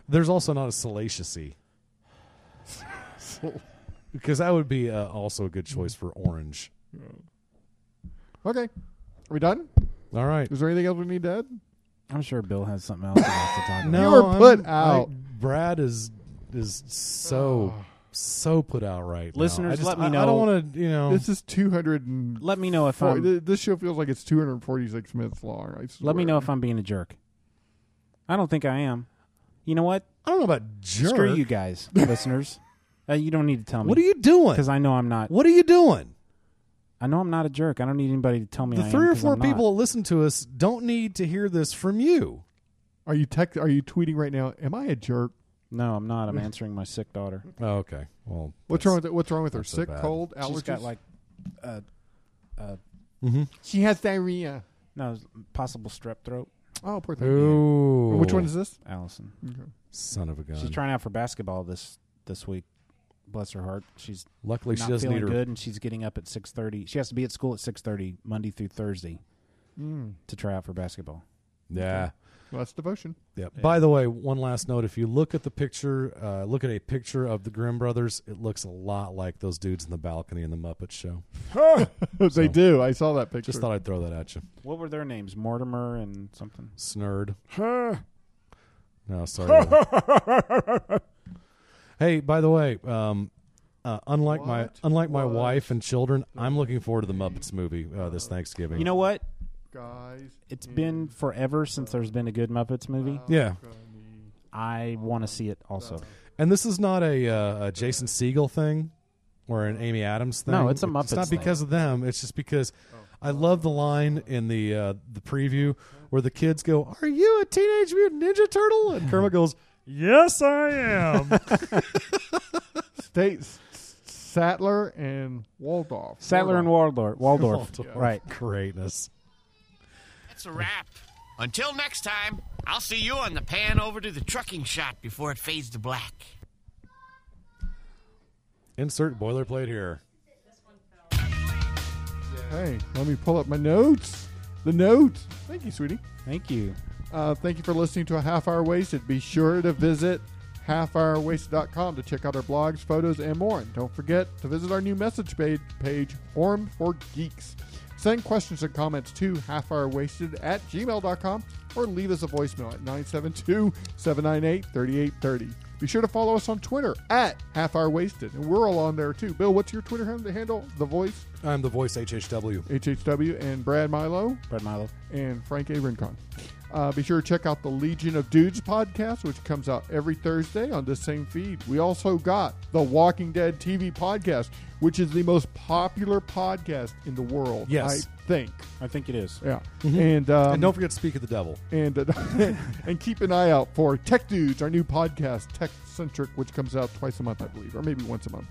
S8: There's also not a salaciousy. Because that would be uh, also a good choice for orange.
S2: Okay. Are we done?
S8: All right.
S2: Is there anything else we need to add?
S16: I'm sure Bill has something else he wants to talk about.
S8: No,
S2: were put
S8: I-
S2: out.
S8: Brad is is so so put out right. now.
S16: Listeners,
S8: I just-
S16: let me
S8: I- I
S16: know.
S8: don't want to. You know,
S2: This is 200 and
S16: Let me know if
S2: four,
S16: I'm.
S2: th- this show feels like it's 246 minutes long. I
S16: Um, Let me
S2: swear.
S16: know if I'm being a jerk. I don't think I am. You know what?
S8: I don't know about jerk.
S16: Screw you guys, listeners. Uh, you don't need to tell me
S8: What are you doing?
S16: because I know I'm not.
S8: What are you doing?
S16: I know I'm not a jerk. I don't need anybody to tell me. I
S8: The
S16: am
S8: three or
S16: 'cause
S8: four
S16: I'm not.
S8: people that listen to us don't need to hear this from you.
S2: Are you tech? Are you tweeting right now? Am I a jerk?
S16: No, I'm not. I'm answering my sick daughter.
S8: Oh, okay. Well,
S2: What's wrong with it? What's wrong with her?
S8: that's so
S2: Sick,
S8: bad.
S2: cold, allergies.
S16: She's got like, uh, uh,
S8: Mm-hmm.
S2: she has diarrhea.
S16: no, it's possible strep throat.
S2: Oh, poor thing.
S8: Ooh.
S2: Which one is this?
S16: Allison.
S8: Son of a gun.
S16: She's trying out for basketball this this week. Bless her heart. She's
S8: Luckily,
S16: not
S8: she doesn't
S16: feeling
S8: need her.
S16: good, and she's getting up at six thirty. She has to be at school at six thirty Monday through Thursday
S2: Mm.
S16: to try out for basketball.
S8: Yeah.
S2: Well, that's devotion.
S8: Yeah. By the way, one last note: if you look at the picture, uh, look at a picture of the Grimm brothers, it looks a lot like those dudes in the balcony in the Muppet Show.
S2: they do. I saw that picture.
S8: Just thought I'd throw that at you.
S16: What were their names? Mortimer and something.
S8: Snurd. no, sorry. hey, by the way, um, uh, unlike my
S2: What?
S8: unlike my
S2: What?
S8: wife and children, I'm looking forward to the Muppets movie uh, this Thanksgiving.
S16: You know what?
S2: Guys,
S16: It's been forever since there's been a good Muppets movie.
S8: yeah.
S16: I want to see it also.
S8: And this is not a, uh, a Jason Siegel thing. or an Amy Adams thing.
S16: No, it's a
S8: It's
S16: Muppets
S8: not
S16: thing.
S8: because of them. It's just because I love the line in the uh, the preview where the kids go, "Are you a Teenage Mutant Ninja Turtle?" And Kermit goes, "Yes, I am."
S2: State S- Sattler and Waldorf.
S16: Sattler and Waldorf. Waldorf.
S8: Waldorf.
S16: Right.
S8: Greatness.
S6: That's a wrap. Until next time, I'll see you on the pan over to the trucking shop before it fades to black.
S8: Insert boilerplate here.
S2: Hey, let me pull up my notes. The notes. Thank you, sweetie.
S16: Thank you.
S2: Uh, thank you for listening to A Half Hour Wasted. Be sure to visit halfhourwasted.com to check out our blogs, photos, and more. And don't forget to visit our new message page, page Forum for Geeks. Send questions and comments to halfhourwasted at gmail.com or leave us a voicemail at 972 798 3830. Be sure to follow us on Twitter at Half Hour Wasted. And we're all on there too. Bill, what's your Twitter hand- handle? The Voice?
S8: I'm the voice HHW.
S2: HHW and Brad Milo.
S16: Brad Milo.
S2: And Frank A. Rincon. Uh, be sure to check out the Legion of Dudes podcast, which comes out every Thursday on this same feed. We also got the Walking Dead TV podcast, which is the most popular podcast in the world.
S8: Yes. Mm-hmm.
S2: I think.
S16: I think it is.
S2: Yeah. And, um,
S8: and don't forget to speak of the devil.
S2: And uh, and keep an eye out for Tech Dudes, our new podcast, Tech Centric, which comes out twice a month, I believe, or maybe once a month.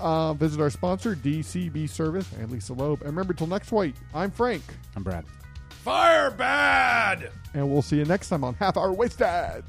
S2: Uh, visit our sponsor, DCB Service, and Lisa Loeb. And remember, till next week, I'm Frank,
S16: I'm Brad.
S8: Fire bad.
S9: Ah!
S2: and we'll see you next time on Half Hour Wasted.